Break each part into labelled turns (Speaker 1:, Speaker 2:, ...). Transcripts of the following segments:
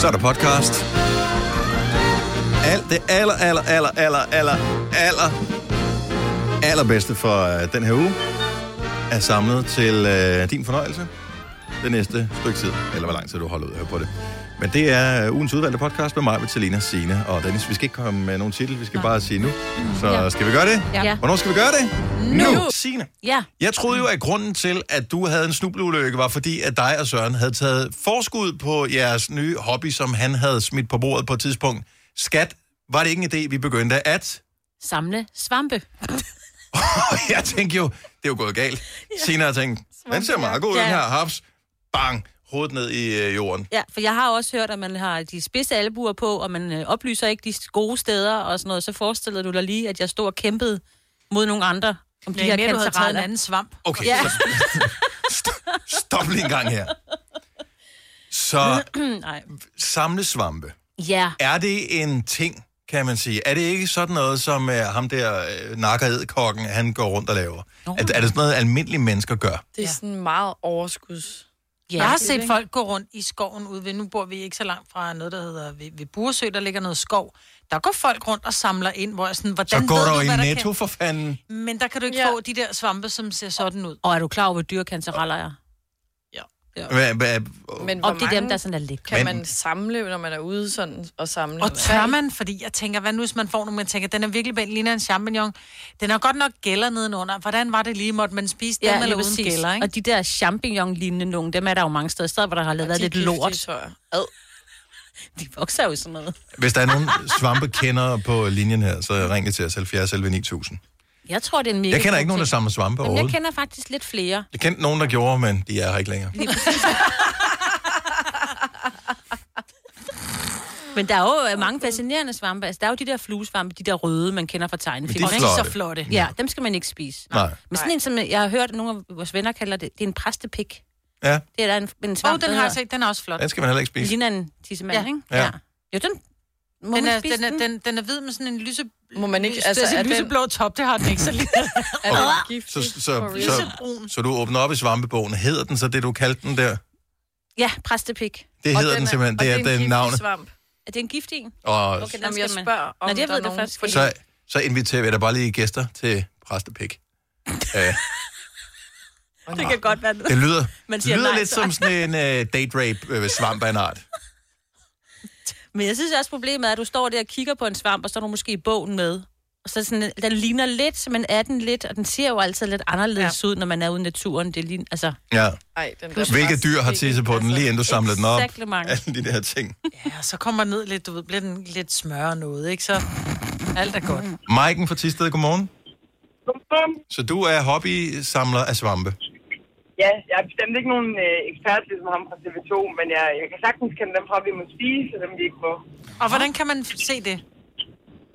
Speaker 1: Så er der podcast. Alt det aller, aller, aller, aller, aller, aller, allerbedste for øh, den her uge er samlet til øh, din fornøjelse det næste stykke tid, eller hvor lang tid du holder ud at høre på det. Men det er øh, ugens udvalgte podcast med mig, Vitalina, Sine og Dennis. Vi skal ikke komme med nogen titel, vi skal bare sige nu. Så skal vi gøre det?
Speaker 2: Ja.
Speaker 1: Hvornår skal vi gøre det? Nu! Signe.
Speaker 2: Ja.
Speaker 1: Jeg troede jo, at grunden til, at du havde en snubleulykke, var fordi, at dig og Søren havde taget forskud på jeres nye hobby, som han havde smidt på bordet på et tidspunkt. Skat, var det ikke en idé, vi begyndte at...
Speaker 2: Samle svampe.
Speaker 1: jeg tænkte jo, det er jo gået galt. Senere tænkte den ser meget god ud,
Speaker 2: Ja.
Speaker 1: den her haps. Bang, hovedet ned i øh, jorden.
Speaker 2: Ja, for jeg har også hørt, at man har de spidse albuer på, og man øh, oplyser ikke de gode steder og sådan noget. Så forestillede du dig lige, at jeg stod og kæmpede mod nogle andre om de
Speaker 3: Ja,
Speaker 2: her
Speaker 3: mere, du havde taget en
Speaker 2: kanceraler.
Speaker 3: anden svamp.
Speaker 1: Okay,
Speaker 2: Ja.
Speaker 1: så st- stop lige en gang her. Så
Speaker 2: Nej.
Speaker 1: samle svampe.
Speaker 2: Ja,
Speaker 1: Er det en ting, kan man sige? Er det ikke sådan noget, som uh, ham der uh, nakkeredkokken, han går rundt og laver? Er, er det sådan noget, almindelige mennesker gør?
Speaker 4: Det er
Speaker 3: Ja.
Speaker 4: sådan meget overskuds.
Speaker 2: ja.
Speaker 3: Jeg har set folk gå rundt i skoven ude ved, nu bor vi ikke så langt fra noget, der hedder ved, ved Buresø, der ligger noget skov. Der går folk rundt og samler ind, hvor jeg sådan,
Speaker 1: Så
Speaker 3: hvordan
Speaker 1: går
Speaker 3: ved
Speaker 1: der jo
Speaker 3: du, hvad
Speaker 1: i
Speaker 3: der
Speaker 1: netto for fanden.
Speaker 3: Kan? Men der kan du ikke
Speaker 4: Ja.
Speaker 3: ja. få de der svampe, som ser sådan ud.
Speaker 2: Og er du klar over, hvor dyre kanceraller er?
Speaker 1: Hva, hva,
Speaker 4: Men hvor
Speaker 2: Og det er dem,
Speaker 4: mange
Speaker 2: der sådan er lidt.
Speaker 4: kan
Speaker 1: Øh, Men-
Speaker 4: man samle, når man er ude sådan og samle?
Speaker 3: Og tør man, fordi jeg tænker, hvad nu hvis man får nogle, man tænker, den er virkelig bænd, ligner en champignon. Den har godt nok gælder nedenunder. Hvordan var det lige, måtte man spise ja, dem eller
Speaker 2: lige
Speaker 3: uden
Speaker 2: præcis.
Speaker 3: gælder, ikke?
Speaker 2: Og de der champignon-lignende nogen, dem er der jo mange steder, steder hvor der har været lidt lort.
Speaker 4: Tror jeg. Ad.
Speaker 2: De vokser jo i sådan noget.
Speaker 1: hvis der er nogen svampekendere på linjen her, så ring lige til os 70 11 9000.
Speaker 2: Jeg tror, det er en mega
Speaker 1: Jeg kender ikke
Speaker 2: god
Speaker 1: nogen, der
Speaker 2: ting.
Speaker 1: samler svampe
Speaker 2: Jamen, jeg
Speaker 1: overhovedet.
Speaker 2: kender faktisk lidt flere.
Speaker 1: Jeg kendte nogen, der gjorde, men de er her ikke længere.
Speaker 2: Men der er jo øh, mange fascinerende svampe. Altså, der er jo de der fluesvampe, de der røde, man kender fra tegnefilm.
Speaker 1: Men de er
Speaker 3: Og ikke
Speaker 1: flotte.
Speaker 3: så flotte.
Speaker 2: Ja, dem skal man ikke spise.
Speaker 1: Nej.
Speaker 2: Men sådan en, som jeg har hørt, at nogle af vores venner kalder det, det er en præstepik.
Speaker 1: Ja,
Speaker 2: Det er der en, en
Speaker 3: Åh,
Speaker 2: svamp,
Speaker 3: oh, den
Speaker 2: der
Speaker 3: har jeg
Speaker 2: hedder-
Speaker 3: set, den er også flot.
Speaker 1: den skal man heller ikke
Speaker 2: Den
Speaker 1: spise.
Speaker 2: ligner en tissemand,
Speaker 3: Ja.
Speaker 2: ikke?
Speaker 1: Ja.
Speaker 2: Jo, den må
Speaker 3: Den
Speaker 2: man
Speaker 3: er,
Speaker 2: spise
Speaker 3: den, er, den, den er hvid med sådan en lyse...
Speaker 4: Må man ikke-
Speaker 3: lys-
Speaker 4: altså,
Speaker 3: det er
Speaker 4: er
Speaker 3: en
Speaker 4: den-
Speaker 3: lyseblå top, det har den ikke så lige.
Speaker 4: Er den
Speaker 1: Okay.
Speaker 4: giftig?
Speaker 1: Så, så,
Speaker 4: For real?
Speaker 1: så,
Speaker 3: Lysebrun.
Speaker 1: så du åbner op i svampebogen. Hedder den så det, du kaldte den der?
Speaker 2: Ja, præstepik.
Speaker 1: Det
Speaker 4: Og
Speaker 1: hedder den
Speaker 4: er-
Speaker 1: simpelthen.
Speaker 4: og
Speaker 1: Det er
Speaker 4: en
Speaker 1: den
Speaker 4: giftig
Speaker 1: navn.
Speaker 4: svamp.
Speaker 2: Er det en gift en?
Speaker 1: Og
Speaker 2: Okay, den
Speaker 4: Jamen,
Speaker 2: skal
Speaker 4: jeg
Speaker 2: man-
Speaker 4: spørger, om
Speaker 2: Nå, det jeg
Speaker 4: der
Speaker 2: ved det
Speaker 4: er nogen...
Speaker 2: faktisk ikke.
Speaker 1: så, så inviterer vi da bare lige gæster til præstepik. Ja.
Speaker 2: Det kan godt være noget.
Speaker 1: Det lyder,
Speaker 2: Man siger
Speaker 1: lyder
Speaker 2: nej
Speaker 1: lidt
Speaker 2: tak.
Speaker 1: som sådan en uh, date rape øh, svamp af en art.
Speaker 2: Men jeg synes også, problemet er, at du står der og kigger på en svamp, og så er du måske i bogen med. Og så er sådan, den ligner lidt, men er den lidt, og den ser jo altid lidt anderledes ja. ud, når man er ude i naturen. Det ligner, altså,
Speaker 1: Ja.
Speaker 4: Ej, den der
Speaker 1: Hvilke dyr har
Speaker 4: præstepik,
Speaker 1: tisse på den, lige inden du samler den op?
Speaker 2: exakt Altså, mange.
Speaker 1: Alle de der ting.
Speaker 3: Ja, så kommer den ned lidt, du ved, bliver den lidt smør og noget, ikke? Så alt er godt.
Speaker 1: Maiken fra Tisted, godmorgen. Så du er hobbysamler af svampe.
Speaker 5: Ja, jeg er bestemt ikke nogen øh, ekspert ligesom ham fra TV2, men jeg, jeg kan sagtens kende dem fra, vi må spise, og dem vi ikke må.
Speaker 3: Og hvordan kan man se det?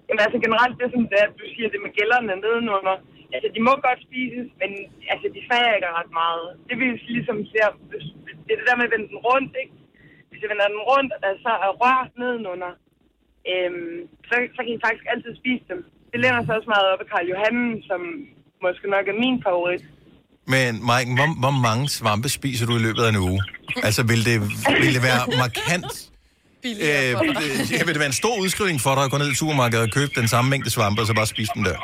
Speaker 5: Jamen altså generelt, det er som det er, at du siger det med gælderne nedenunder. Altså, de må godt spises, men altså, de fager ikke ret meget. Det vil sige, ligesom ser, hvis- det er det der med at vende den rundt, ikke? Hvis jeg vender den rundt, og der så er rør nedenunder, øhm, så, så kan I faktisk altid spise dem. Det læner sig også meget op af Karl Johannen, som måske nok er min favorit.
Speaker 1: Men Maiken, hvor, hvor mange svampe spiser du i løbet af en uge? Altså, vil det, vil det være markant Øh,
Speaker 4: billigere for dig.
Speaker 1: øh, ja, vil det være en stor udskrivning for dig at gå ned i supermarkedet og købe den samme mængde svampe, og så bare spise dem der?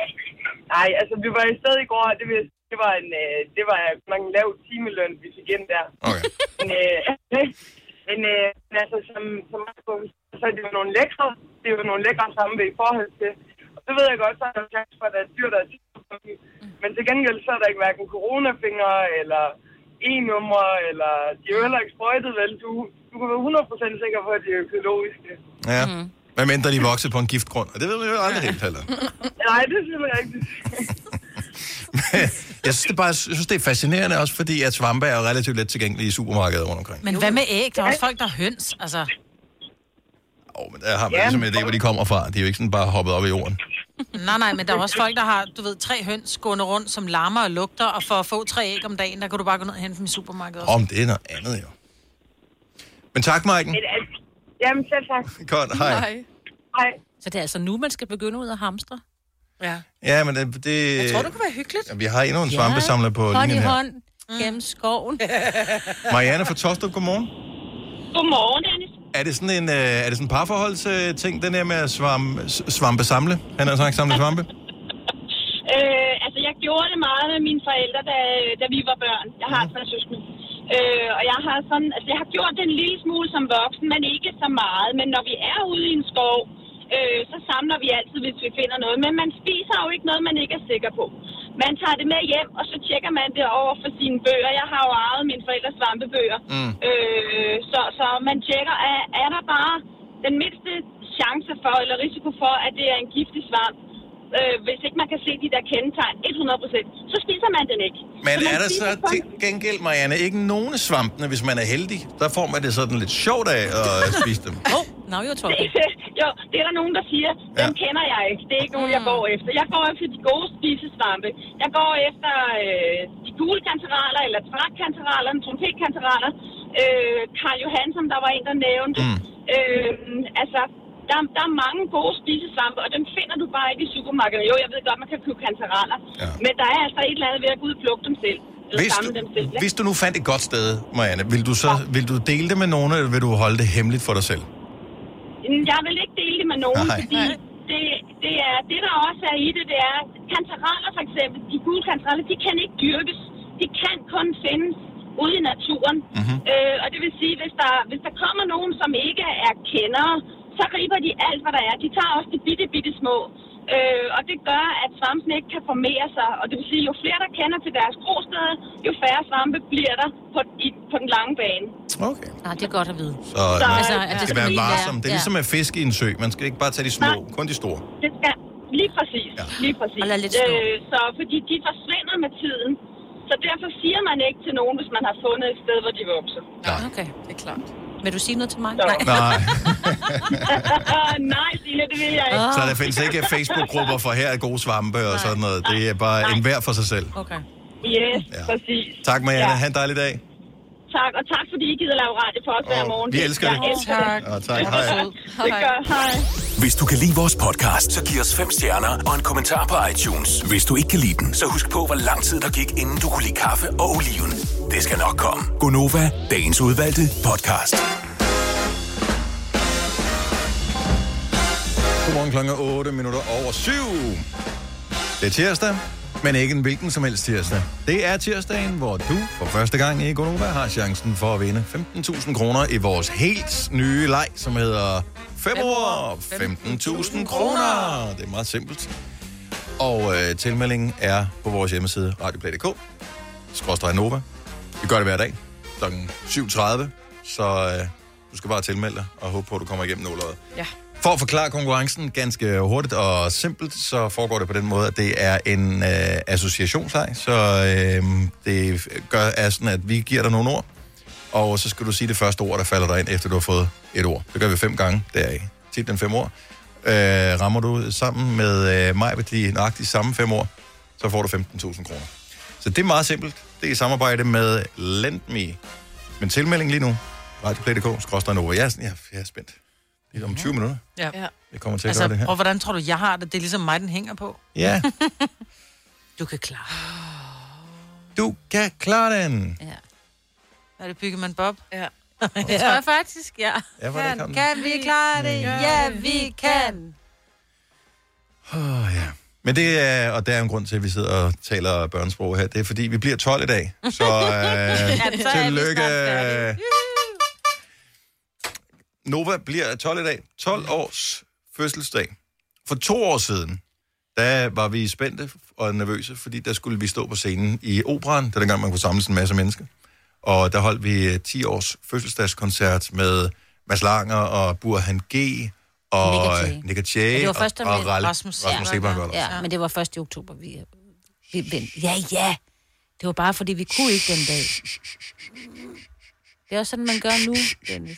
Speaker 5: Nej, altså vi var i sted i går, og det, vil- det var en, øh, det var nok en lav timeløn, vi fik ind der.
Speaker 1: Okay.
Speaker 5: Men, øh, men øh, men altså, som, som så er det jo nogle lækre, det er jo nogle lækre samve i forhold til. Og så ved jeg godt, så er der jo chance for, at der er dyr, der er tisse på dem. Men til gengæld, så er der ikke hverken coronafinger, eller e-numre, eller de er jo heller ikke sprøjtet, vel? Du, du kan være 100% sikker på, at det er økologiske.
Speaker 1: Ja. Mm. Hvad mindre de vokser på en giftgrund, og det ved vi jo aldrig helt heller.
Speaker 5: Nej, det synes jeg rigtigt.
Speaker 1: jeg synes, det er bare, jeg synes, det er fascinerende også, fordi at svampe er relativt let tilgængelige i supermarkedet rundt omkring.
Speaker 3: Men hvad med æg? Der er også folk, der har høns, altså.
Speaker 1: Åh, oh, men der har man
Speaker 5: Ja,
Speaker 1: ligesom en
Speaker 5: men-
Speaker 1: idé, hvor de kommer fra. De er jo ikke sådan bare hoppet op i jorden.
Speaker 3: Nej, nej, men der er også folk, der har, du ved, tre høns gående rundt, som larmer og lugter, og for at få tre æg om dagen, der kan du bare gå ned og hente dem i supermarkedet også.
Speaker 1: Om det er noget andet jo. Men tak, Maiken.
Speaker 5: Men, altså, jamen, selv tak.
Speaker 1: Godt, hej.
Speaker 4: Nej.
Speaker 5: Hej.
Speaker 2: Så det er altså nu, man skal begynde ud at hamstre.
Speaker 4: Ja.
Speaker 1: Ja, men det... det
Speaker 4: Jeg tror, det kunne være hyggeligt.
Speaker 1: ja, vi har endnu en svampesamler på
Speaker 2: hånd i
Speaker 1: linjen her.
Speaker 2: hånd
Speaker 3: Mm.
Speaker 2: gennem skoven.
Speaker 1: Marianne fra Tostrup, godmorgen.
Speaker 6: Godmorgen, Dennis.
Speaker 1: Er det sådan en øh, er det sådan en parforholdsting, den der med at svampe, svampe samle? Han har sagt samle svampe?
Speaker 6: Øh, altså, jeg gjorde det meget med mine forældre, da, da vi var børn. Jeg har tre søskende. Øh, og jeg har sådan, altså, jeg har gjort det en lille smule som voksen, men ikke så meget. Men når vi er ude i en skov, øh, så samler vi altid, hvis vi finder noget. Men man spiser jo ikke noget, man ikke er sikker på. Man tager det med hjem, og så tjekker man det over for sine bøger. Jeg har jo arvet mine forældres svampebøger.
Speaker 1: Mm.
Speaker 6: Øh, så, så man tjekker, er, er der bare den mindste chance for, eller risiko for, at det er en giftig svamp? Øh, hvis ikke man kan se de der kendetegn 100%, så spiser man den ikke.
Speaker 1: Men
Speaker 6: man
Speaker 1: er der
Speaker 6: spiser
Speaker 1: så
Speaker 6: kun-
Speaker 1: til gengæld, Marianne, ikke nogen af svampene, hvis man er heldig? Der får man det sådan lidt sjovt af at spise dem.
Speaker 2: Åh, oh, now you're talking.
Speaker 6: jo, det er der nogen, der siger, dem
Speaker 1: Ja.
Speaker 6: kender jeg ikke. Det er ikke nogen, jeg går efter. Jeg går efter de gode spisesvampe. Jeg går efter øh, de gule kanteraler, eller trækkanteraler, trompetkanteraler. Øh, Karl Johan, som der var en, der nævnte.
Speaker 1: Mm.
Speaker 6: Mm. Øh, altså, der, der er mange gode spisesvampe, og dem finder du bare ikke i supermarkedet. Jo, jeg ved godt, man kan købe kanteraler,
Speaker 1: Ja.
Speaker 6: ja. men der er altså et eller andet ved at gå ud og plukke dem selv. Eller
Speaker 1: Hvis
Speaker 6: samle
Speaker 1: du,
Speaker 6: dem selv. ikke?
Speaker 1: hvis du nu fandt et godt sted, Marianne, vil du, så, vil du dele det med nogen, eller vil du holde det hemmeligt for dig selv?
Speaker 6: Mm, Jeg vil ikke dele det med nogen,
Speaker 1: Nej.
Speaker 6: Nej. fordi det, det, er, det, der også er i det, det er, kantereller for eksempel, de gule kantereller, de kan ikke dyrkes. De kan kun findes ude i naturen.
Speaker 1: Mhm.
Speaker 6: Øh, og det vil sige, hvis der, hvis der kommer nogen, som ikke er kendere, så griber de alt, hvad der er. De tager også de bitte, bitte små. Øh, og det gør, at svampene ikke kan formere sig. Og det vil sige, jo flere der kender til deres grosteder, jo færre svampe bliver der på, i, på den lange bane.
Speaker 1: Okay.
Speaker 2: Nej, det er godt at vide.
Speaker 1: Så man
Speaker 2: Altså, at det
Speaker 1: skal
Speaker 2: skal
Speaker 1: være
Speaker 2: lige være-
Speaker 1: varsom. Det er
Speaker 2: ja.
Speaker 1: ligesom med fisk i en sø. Man skal ikke bare tage de små, kun de store.
Speaker 6: Det skal lige præcis.
Speaker 1: Ja.
Speaker 6: Ja. Lige præcis. Øh,
Speaker 2: Og lad lidt stå.
Speaker 6: så fordi de forsvinder med tiden. Så derfor siger man ikke til nogen, hvis man har fundet et sted, hvor de vokser.
Speaker 1: Nej.
Speaker 2: Okay.
Speaker 4: Det er klart.
Speaker 2: Vil du sige noget til mig?
Speaker 6: Så.
Speaker 2: Nej.
Speaker 1: Nej.
Speaker 6: Øh, nej, Signe, det vil jeg ikke.
Speaker 1: Så der findes ikke Facebook-grupper for her er gode svampe og sådan noget. Det er bare en hver for sig selv.
Speaker 2: Okay.
Speaker 6: Yes,
Speaker 1: Ja.
Speaker 6: ja. præcis.
Speaker 1: Tak, Marianne.
Speaker 6: Ja.
Speaker 1: Ha' en dejlig dag.
Speaker 6: Tak, og tak fordi I gider lave radio for os hver
Speaker 1: Åh,
Speaker 6: morgen.
Speaker 1: vi elsker
Speaker 6: jeg
Speaker 1: det.
Speaker 6: Elsker det.
Speaker 4: Tak.
Speaker 1: Og tak. Hej.
Speaker 6: Det gør, hej.
Speaker 7: Hvis du kan lide vores podcast, så giv os fem stjerner og en kommentar på iTunes. Hvis du ikke kan lide den, så husk på, hvor lang tid der gik, inden du kunne lide kaffe og oliven. Det skal nok komme. Gonova, dagens udvalgte podcast.
Speaker 1: Godmorgen klokken er 8 minutter over 7. Det er tirsdag, men ikke en hvilken som helst tirsdag. Det er tirsdagen, hvor du for første gang i Gonova har chancen for at vinde 15.000 kroner i vores helt nye leg, som hedder 5 år 15.000 kroner. Det er meget simpelt. Og øh, tilmeldingen er på vores hjemmeside radioplay.dk. Skråstrej Nova. Vi gør det hver dag kl. 7.30, så øh, du skal bare tilmelde dig og håbe på, at du kommer igennem nålet.
Speaker 4: Ja.
Speaker 1: For at forklare konkurrencen ganske hurtigt og simpelt, så foregår det på den måde, at det er en øh, associationsleg. Så øh, det gør, er sådan, at vi giver dig nogle ord, og så skal du sige det første ord, der falder dig ind, efter du har fået et ord. Det gør vi fem gange deraf. Titlen fem ord. Øh, rammer du sammen med øh, mig ved de nøjagtigt samme fem ord, så får du 15.000 kroner. Så det er meget simpelt. Det er i samarbejde med LendMe. Men tilmelding lige nu. Radioplay.dk, skråstrej Nova. Jeg er, sådan, jeg, jeg er spændt. Lige om 20 minutter.
Speaker 3: Ja.
Speaker 4: Ja.
Speaker 1: Jeg kommer til at altså, gøre det
Speaker 3: Altså,
Speaker 1: her.
Speaker 3: og hvordan tror du, jeg har det? Det er ligesom mig, den hænger på.
Speaker 1: Ja,
Speaker 3: Du kan klare det.
Speaker 1: du kan klare den.
Speaker 2: Ja.
Speaker 3: Er det bygget man Bob?
Speaker 4: Ja.
Speaker 2: Det tror jeg faktisk, ja.
Speaker 1: Ja, var det
Speaker 3: Kan,
Speaker 1: kom
Speaker 3: kan vi klare det? Ja, vi kan.
Speaker 1: oh, ja. Men det er, og der er en grund til, at vi sidder og taler børnesprog her. Det er, fordi vi bliver 12 i dag. Så øh,
Speaker 2: så er vi
Speaker 1: tillykke.
Speaker 2: snart færdige.
Speaker 1: Nova bliver 12 i dag. 12 års fødselsdag. For to år siden, der var vi spændte og nervøse, fordi der skulle vi stå på scenen i operan. Det var dengang, man kunne samles en masse mennesker. Og der holdt vi øh, 10 års fødselsdagskoncert med Mads Langer og Burhan G. og
Speaker 2: Nick og Jay.
Speaker 1: Nick og
Speaker 2: Men
Speaker 1: Jay
Speaker 2: det
Speaker 1: og,
Speaker 2: var først, da
Speaker 1: og Ral-
Speaker 2: vi-
Speaker 3: Rasmus-
Speaker 1: Rasmus, Rasmus
Speaker 3: Ja.
Speaker 1: Seberg. Ja.
Speaker 2: Ja, men det var først i oktober, vi, vi vendte. Ja, ja. Det var bare, fordi vi kunne ikke den dag. Det er også sådan, man gør nu, Dennis.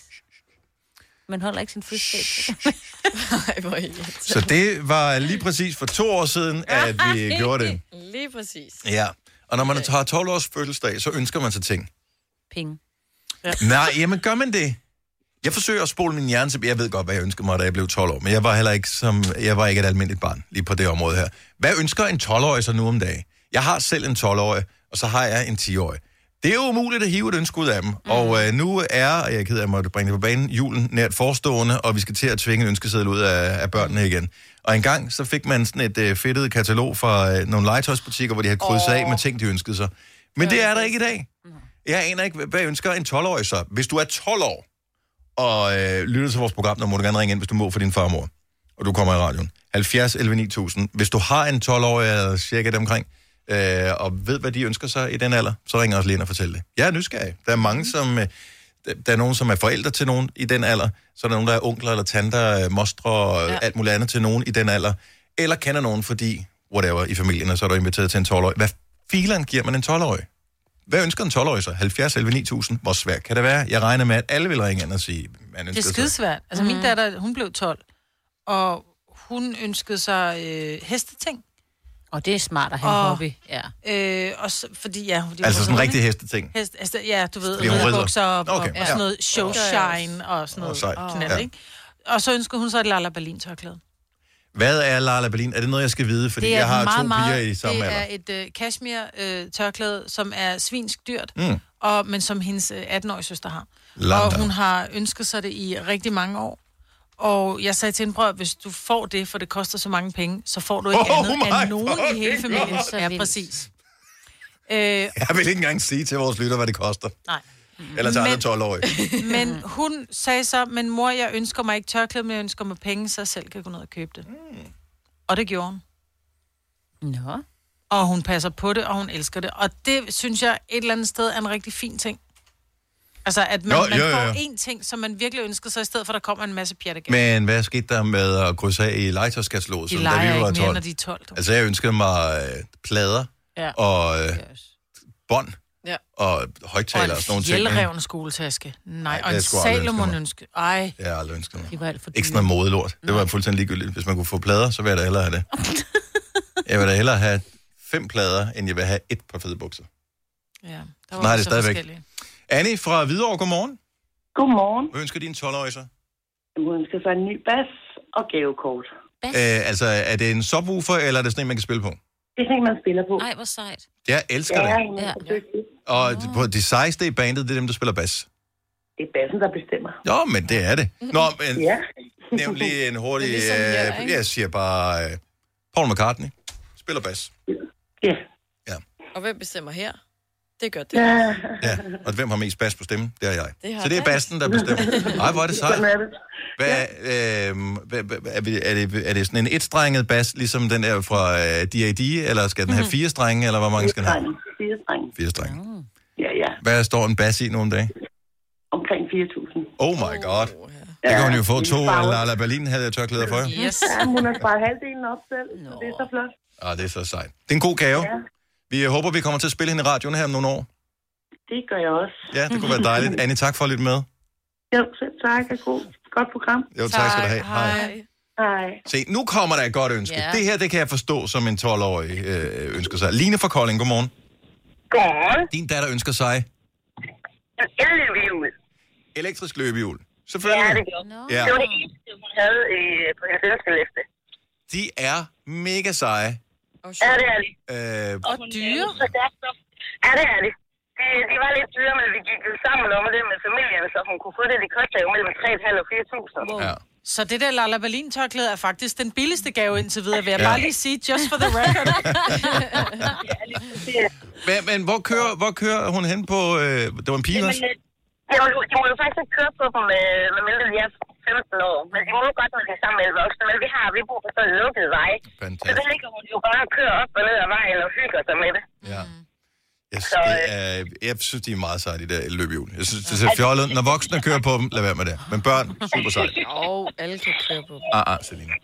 Speaker 2: Man holder ikke sin fødselsdag.
Speaker 4: Ej, hvor irriterende.
Speaker 1: Så det var lige præcis for to år siden, at vi gjorde det.
Speaker 4: Lige præcis.
Speaker 1: Ja. Og når man har 12 års fødselsdag, så ønsker man sig ting.
Speaker 2: Penge.
Speaker 1: Nej, jamen gør man det? Jeg forsøger at spole min hjerne tilbage. Jeg ved godt, hvad jeg ønskede mig, da jeg blev 12 år, men jeg var heller ikke, som, jeg var ikke et almindeligt barn lige på det område her. Hvad ønsker en 12-årig så nu om dagen? Jeg har selv en 12-årig, og så har jeg en 10-årig. Det er jo umuligt at hive et ønske ud af dem. Mm. Og øh, nu er, og jeg er ked af, at jeg måtte bringe det på banen, julen nært forestående, og vi skal til at tvinge en ønskeseddel ud af, af børnene igen. Og engang så fik man sådan et øh, fedtet katalog fra øh, nogle legetøjsbutikker, hvor de havde krydset oh. af med ting, de ønskede sig. Men det er Mm. der ikke i dag. Jeg aner ikke, hvad- hvad ønsker en 12-årig så? Hvis du er 12 år og øh, lytter til vores program, så må du gerne ringe ind, hvis du må for din farmor, og du kommer i radioen. 70 11 9000. Hvis du har en 12-årig eller cirka dem omkring, øh, og ved, hvad de ønsker sig i den alder, så ringer også lige ind og fortæl det. Jeg er nysgerrig. Der er mange, som... Øh, der- der er nogen, som er forældre til nogen i den alder. Så er der nogen, der er onkler eller tanter, øh, mostre og ja. alt muligt andet til nogen i den alder. Eller kender nogen, fordi whatever i familien, og så er du inviteret til en 12-årig. Hvad fileren giver man en 12-årig? Hvad ønsker en 12-årig så? 70 11 9000. Hvor svært kan det være? Jeg regner med, at alle vil ringe ind og sige, man
Speaker 3: Det er
Speaker 1: ønsker sig.
Speaker 3: skidesvært. Altså, min datter, hun blev 12, og hun ønskede sig øh, hesteting.
Speaker 2: Og det er smart at have en
Speaker 3: Åh.
Speaker 2: hobby. Ja.
Speaker 3: Øh, og så, fordi, ja, hun-
Speaker 1: Altså sådan
Speaker 3: hun-
Speaker 1: en rigtig hesteting.
Speaker 3: Hest, altså, ja, du ved,
Speaker 1: Fordi hun rider.
Speaker 3: ridderbukser og, okay, og,
Speaker 1: Okay,
Speaker 3: og
Speaker 1: ja.
Speaker 3: sådan noget showshine og sådan
Speaker 1: Åh,
Speaker 3: noget.
Speaker 1: sejt.
Speaker 3: Og, knald,
Speaker 1: Ja.
Speaker 3: ikke? og så ønskede hun så et Lala Berlin tørklæde.
Speaker 1: Hvad er Lala Berlin? Er det noget, jeg skal vide? Fordi jeg har to piger i samme
Speaker 3: det er
Speaker 1: alder.
Speaker 3: et øh, cashmere øh, tørklæde, som er svinsk dyrt, mm. og, men som hendes øh, 18-årige søster har.
Speaker 1: Langt
Speaker 3: Og hun
Speaker 1: af.
Speaker 3: har ønsket sig det i rigtig mange år. Og jeg sagde til hende, bror, hvis du får det, for det koster så mange penge, så får du ikke
Speaker 1: Oh
Speaker 3: andet end
Speaker 1: my
Speaker 3: nogen i hele
Speaker 1: fucking
Speaker 3: familien.
Speaker 2: God.
Speaker 3: Ja, præcis. Øh,
Speaker 1: Jeg vil ikke engang sige til vores lytter, hvad det koster.
Speaker 3: nej.
Speaker 1: Eller til
Speaker 3: Men-
Speaker 1: andre 12-årige.
Speaker 3: Men
Speaker 1: Mhm.
Speaker 3: hun sagde så, men mor, jeg ønsker mig ikke tørklæde, men jeg ønsker mig penge, så jeg selv kan gå ned og købe det.
Speaker 1: Mm.
Speaker 3: Og det gjorde hun.
Speaker 2: Nå.
Speaker 3: Og hun passer på det, og hun elsker det. Og det, synes jeg, et eller andet sted er en rigtig fin ting. Altså, at man,
Speaker 1: Jo,
Speaker 3: jo, man
Speaker 1: jo,
Speaker 3: jo,
Speaker 1: jo.
Speaker 3: får én ting, som man virkelig ønsker sig, i stedet for, at der kommer en masse pjattegaver.
Speaker 1: Men hvad skete der med at krydse af i legetøjskataloget,
Speaker 3: De
Speaker 1: som da
Speaker 3: leger
Speaker 1: vi var
Speaker 3: ikke mere,
Speaker 1: 12?
Speaker 3: når de er 12. Du.
Speaker 1: Altså, jeg ønskede mig øh, plader
Speaker 3: Ja.
Speaker 1: og øh, bånd
Speaker 4: Ja.
Speaker 1: og højtaler og sådan nogle ting. ikke?
Speaker 3: fjeldrevne skoletaske. Nej,
Speaker 1: det
Speaker 3: og
Speaker 1: har
Speaker 3: en
Speaker 1: jeg sgu aldrig ønsket
Speaker 3: Salomon
Speaker 1: mig.
Speaker 3: ønske. Ej,
Speaker 1: Jeg har aldrig ønsket mig.
Speaker 2: Det var alt for dyrt.
Speaker 1: Ikke sådan noget modelort. Det var fuldstændig ligegyldigt. Hvis man kunne få plader, så ville jeg da hellere have det. jeg vil da hellere have fem plader, end jeg vil have et par fede bukser.
Speaker 3: ja.
Speaker 1: Nej,
Speaker 3: Der vi
Speaker 1: det er
Speaker 3: så
Speaker 1: stadigvæk.
Speaker 3: forskellige.
Speaker 1: Annie fra Hvidovre, godmorgen.
Speaker 8: Godmorgen.
Speaker 1: Hvad ønsker din 12-årige så?
Speaker 8: Hun ønsker sig en ny bas og gavekort.
Speaker 1: Øh, altså, er det en subwoofer, eller er det sådan en, man kan spille på?
Speaker 8: Det er sådan, en, man spiller på.
Speaker 2: Nej, hvor sejt.
Speaker 1: Jeg elsker det.
Speaker 8: hun
Speaker 2: Ja.
Speaker 8: er så dygtig.
Speaker 1: Og på de sejeste i bandet, det er dem, der spiller bas.
Speaker 8: Det er bassen, der bestemmer.
Speaker 1: Nå, men det er det. Nå, men
Speaker 8: Ja.
Speaker 1: Nævn lige en hurtig...
Speaker 4: Det er ligesom
Speaker 1: øh,
Speaker 4: her, ikke?
Speaker 1: jeg siger bare... Øh, Paul McCartney. Spiller bas.
Speaker 8: Ja.
Speaker 4: Og hvem bestemmer her? Det gør det.
Speaker 8: ja.
Speaker 1: Ja. Og hvem har mest bas på stemmen? Det er jeg.
Speaker 4: Det har
Speaker 1: Så det er
Speaker 4: jeg.
Speaker 1: bassen, der bestemmer. Ej, hvor er det sejt.
Speaker 8: Sådan er det.
Speaker 1: Hvad, øh, hvad, hvad, er, vi- er, det, er det sådan en etstrenget bas, ligesom den der fra øh, D.A.D., eller skal den
Speaker 8: Mhm.
Speaker 1: have fire strenge, eller hvor mange skal den have?
Speaker 8: Dreng. Fire dreng.
Speaker 1: Fire strenge.
Speaker 8: Ja, ja.
Speaker 1: Hvad står en bas i nogle dage?
Speaker 8: Omkring 4.000.
Speaker 1: Oh my god.
Speaker 4: Åh, ja.
Speaker 1: Det kan hun jo få
Speaker 8: det er
Speaker 1: to
Speaker 8: farvet.
Speaker 1: Lala Berlin, havde jeg tørklæder for.
Speaker 3: Yes.
Speaker 8: Ja, hun har sparet halvdelen op selv, så det er så flot.
Speaker 1: Ah, det er så sejt. Det er en god gave. Vi øh, håber, vi kommer til at spille hende i radioen her om nogle år.
Speaker 8: Det gør jeg også.
Speaker 1: Ja, det kunne være dejligt. Annie, tak for at lytte med.
Speaker 8: Jo, selv tak. Og god, godt program.
Speaker 1: Jo, tak, tak skal du have. Hej. hej.
Speaker 8: Hej.
Speaker 1: Se, nu kommer der et godt ønske.
Speaker 2: Ja.
Speaker 1: Det her, det kan jeg forstå, som en 12-årig øh, ønsker sig. Line fra Kolding, godmorgen.
Speaker 8: Godmorgen.
Speaker 1: Din datter ønsker sig
Speaker 8: Jeg elsker livet.
Speaker 1: elektrisk løbehjul. Selvfølgelig.
Speaker 2: Nå.
Speaker 1: Ja,
Speaker 8: var det eneste, hun havde øh, på hendes ønskeliste.
Speaker 1: de er mega seje.
Speaker 4: Og
Speaker 8: Ja,
Speaker 4: sjovt.
Speaker 8: det er det.
Speaker 1: Øh,
Speaker 3: Og dyre.
Speaker 8: Så der, så... Ja, det er det. De, de var lidt dyre, men vi gik jo sammen om det med familien, så hun kunne få det. Det koster jo mellem 3.500 og 4.000.
Speaker 1: ja.
Speaker 3: Så det der Lala Berlin tørklæde er faktisk den billigste gave indtil videre, vil jeg bare lige sige, just for the record.
Speaker 1: men, men hvor kører, hvor kører hun hen på... Øh, det var en pige også?
Speaker 8: De må, jo- de må jo faktisk ikke køre på dem, øh, medmindre de er 15 år. Men de må jo godt, når de er sammen med alle voksne. Men vi har, vi bor på sådan en lukket vej.
Speaker 4: øh,
Speaker 8: Så der
Speaker 1: Fantastisk.
Speaker 8: ligger hun jo bare og kører op og ned ad vejen og hygger sig med det.
Speaker 1: Ja. Jeg, synes, det
Speaker 4: øh,
Speaker 1: er, jeg synes, de er meget seje, de der løbehjul. Jeg synes, det ser fjollet. ud. Når voksne kører på dem, lad være med det. Men børn, super sejt.
Speaker 4: Og alle kan køre på dem.
Speaker 1: Ah, ah, Selina.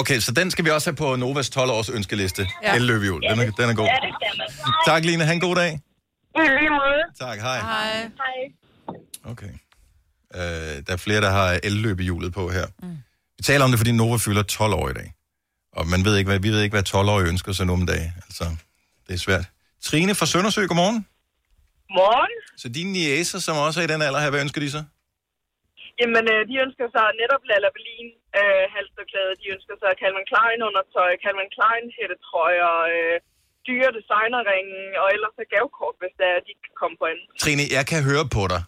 Speaker 1: Okay, så den skal vi også have på Novas 12-års ønskeliste. Ja. Elløbehjul. Den er, den er god.
Speaker 8: det skal man.
Speaker 1: Tak, Line. Ha' en god dag.
Speaker 8: I lige måde.
Speaker 1: Tak, hej.
Speaker 3: Hej.
Speaker 1: Okay. Øh, der er flere, der har elløbehjulet på her. Mm. Vi taler om det, fordi Nova fylder 12 år i dag. Og man ved ikke, hvad, vi ved ikke, hvad 12-årige ønsker sig nu om dagen. Altså, det er svært. Trine fra Søndersø, godmorgen.
Speaker 5: Morgen.
Speaker 1: Så dine niæser, som også er i den alder her, hvad ønsker de så?
Speaker 5: Jamen, øh, de ønsker sig netop Lala Berlin øh, halstørklæde. De ønsker sig Calvin Klein undertøj, Calvin Klein hættetrøjer, øh, dyre designerringen, og ellers så gavekort, hvis der er, de ikke kan komme på anden.
Speaker 1: Trine, jeg kan høre på dig,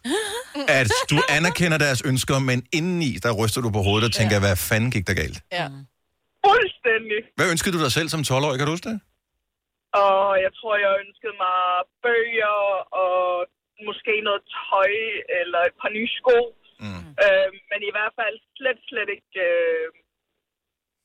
Speaker 1: at du anerkender deres ønsker, men indeni, der ryster du på hovedet og tænker, hvad fanden gik der galt?
Speaker 5: Ja. Fuldstændig.
Speaker 1: Hvad ønskede du dig selv som 12-årig, kan du huske det?
Speaker 5: Og jeg tror, jeg ønskede mig bøger og måske noget tøj eller et par nye sko. Mm. Øh, men i hvert fald slet, slet ikke, øh,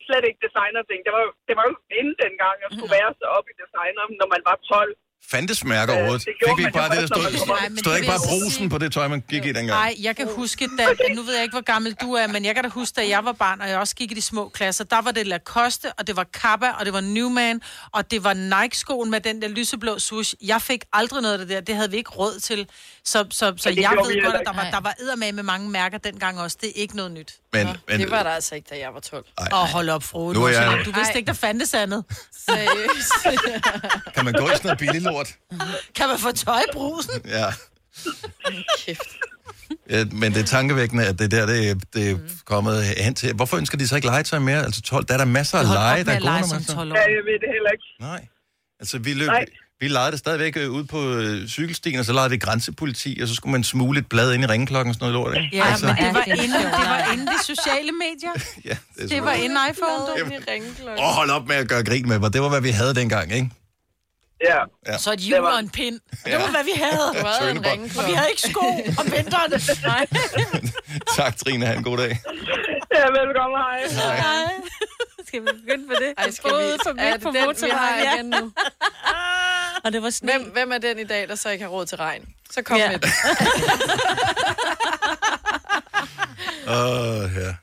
Speaker 5: slet ikke designer-ting. Det var, jo- det var jo inden dengang, jeg skulle være så op i designer, når man var 12.
Speaker 1: Fandtes mærker
Speaker 5: Øh,
Speaker 1: overhovedet?
Speaker 5: det
Speaker 1: Fik
Speaker 5: gjorde
Speaker 1: vi ikke
Speaker 5: man
Speaker 1: bare
Speaker 5: jo
Speaker 1: det, der
Speaker 5: først, når man
Speaker 1: stod,
Speaker 5: kom op. Nej, men
Speaker 1: stod der
Speaker 5: det
Speaker 1: ikke bare
Speaker 5: vil jeg så
Speaker 1: brusen på det tøj, man gik i dengang?
Speaker 3: Nej, jeg kan huske, da, nu ved jeg ikke, hvor gammel du er, men jeg kan da huske, da jeg var barn, og jeg også gik i de små klasser, der var det Lacoste, og det var Kappa, og det var Newman, og det var Nike-skoen med den der lyseblå swoosh. Jeg fik aldrig noget af det der, det havde vi ikke råd til. Så, så, så
Speaker 4: det
Speaker 3: jeg
Speaker 4: gjorde vi
Speaker 3: ved
Speaker 4: heller
Speaker 3: godt, at der
Speaker 4: ikke.
Speaker 3: var, der var eddermame med mange mærker dengang også. Det er ikke noget nyt.
Speaker 1: Men, men,
Speaker 4: Det var der altså ikke, da jeg var 12.
Speaker 3: Åh, hold op, Frode.
Speaker 1: Nu er jeg-
Speaker 3: Du vidste ikke, der fandtes andet.
Speaker 4: Seriøst.
Speaker 1: Kan man gå i sådan noget billig lort?
Speaker 3: kan man få tøj i brusen?
Speaker 1: Ja.
Speaker 4: Kæft.
Speaker 1: ja. Men det er tankevækkende, at det der, det, er- det er kommet hen til. Hvorfor ønsker de så ikke legetøj mere? Altså 12, der er der masser af
Speaker 5: Hold op
Speaker 1: lege,
Speaker 5: med
Speaker 1: der er
Speaker 5: at
Speaker 1: gode,
Speaker 5: lege
Speaker 1: når
Speaker 5: som
Speaker 1: man så-
Speaker 5: 12-årig. Ja, jeg ved det heller ikke.
Speaker 1: Nej. Altså, vi løb...
Speaker 5: Nej.
Speaker 1: Vi legede det stadigvæk øh, ude på øh, cykelstien, og så legede vi grænsepoliti, og så skulle man smule et blad ind i ringklokken og sådan noget lort, ikke?
Speaker 3: Ja,
Speaker 1: altså,
Speaker 3: men det var, inden, det var inden de sociale medier.
Speaker 1: ja, det, er
Speaker 3: Det var inden iPhone, du.
Speaker 1: Åh, hold op med at gøre grin med mig. Det var, hvad vi havde dengang, ikke?
Speaker 5: Ja.
Speaker 1: ja.
Speaker 3: Så et hjul og en pind. Det var, hvad vi havde.
Speaker 1: Du havde en ringklokke.
Speaker 3: Og vi havde ikke sko om vinteren. Nej.
Speaker 1: Tak, Trine. Ha' en god dag.
Speaker 5: Ja, velkommen, hej.
Speaker 2: Hej. Skal vi begynde med det?
Speaker 4: Ej, skal vi...
Speaker 2: Både forbi
Speaker 4: Er det
Speaker 2: på
Speaker 4: den, vi har
Speaker 2: motorvejen, ja.
Speaker 4: igen nu?
Speaker 2: Og det var sne.
Speaker 4: Hvem, hvem er den i dag, der så ikke har råd til regn? Så kom
Speaker 2: Ja.
Speaker 4: med det.
Speaker 1: Åh, oh, ja.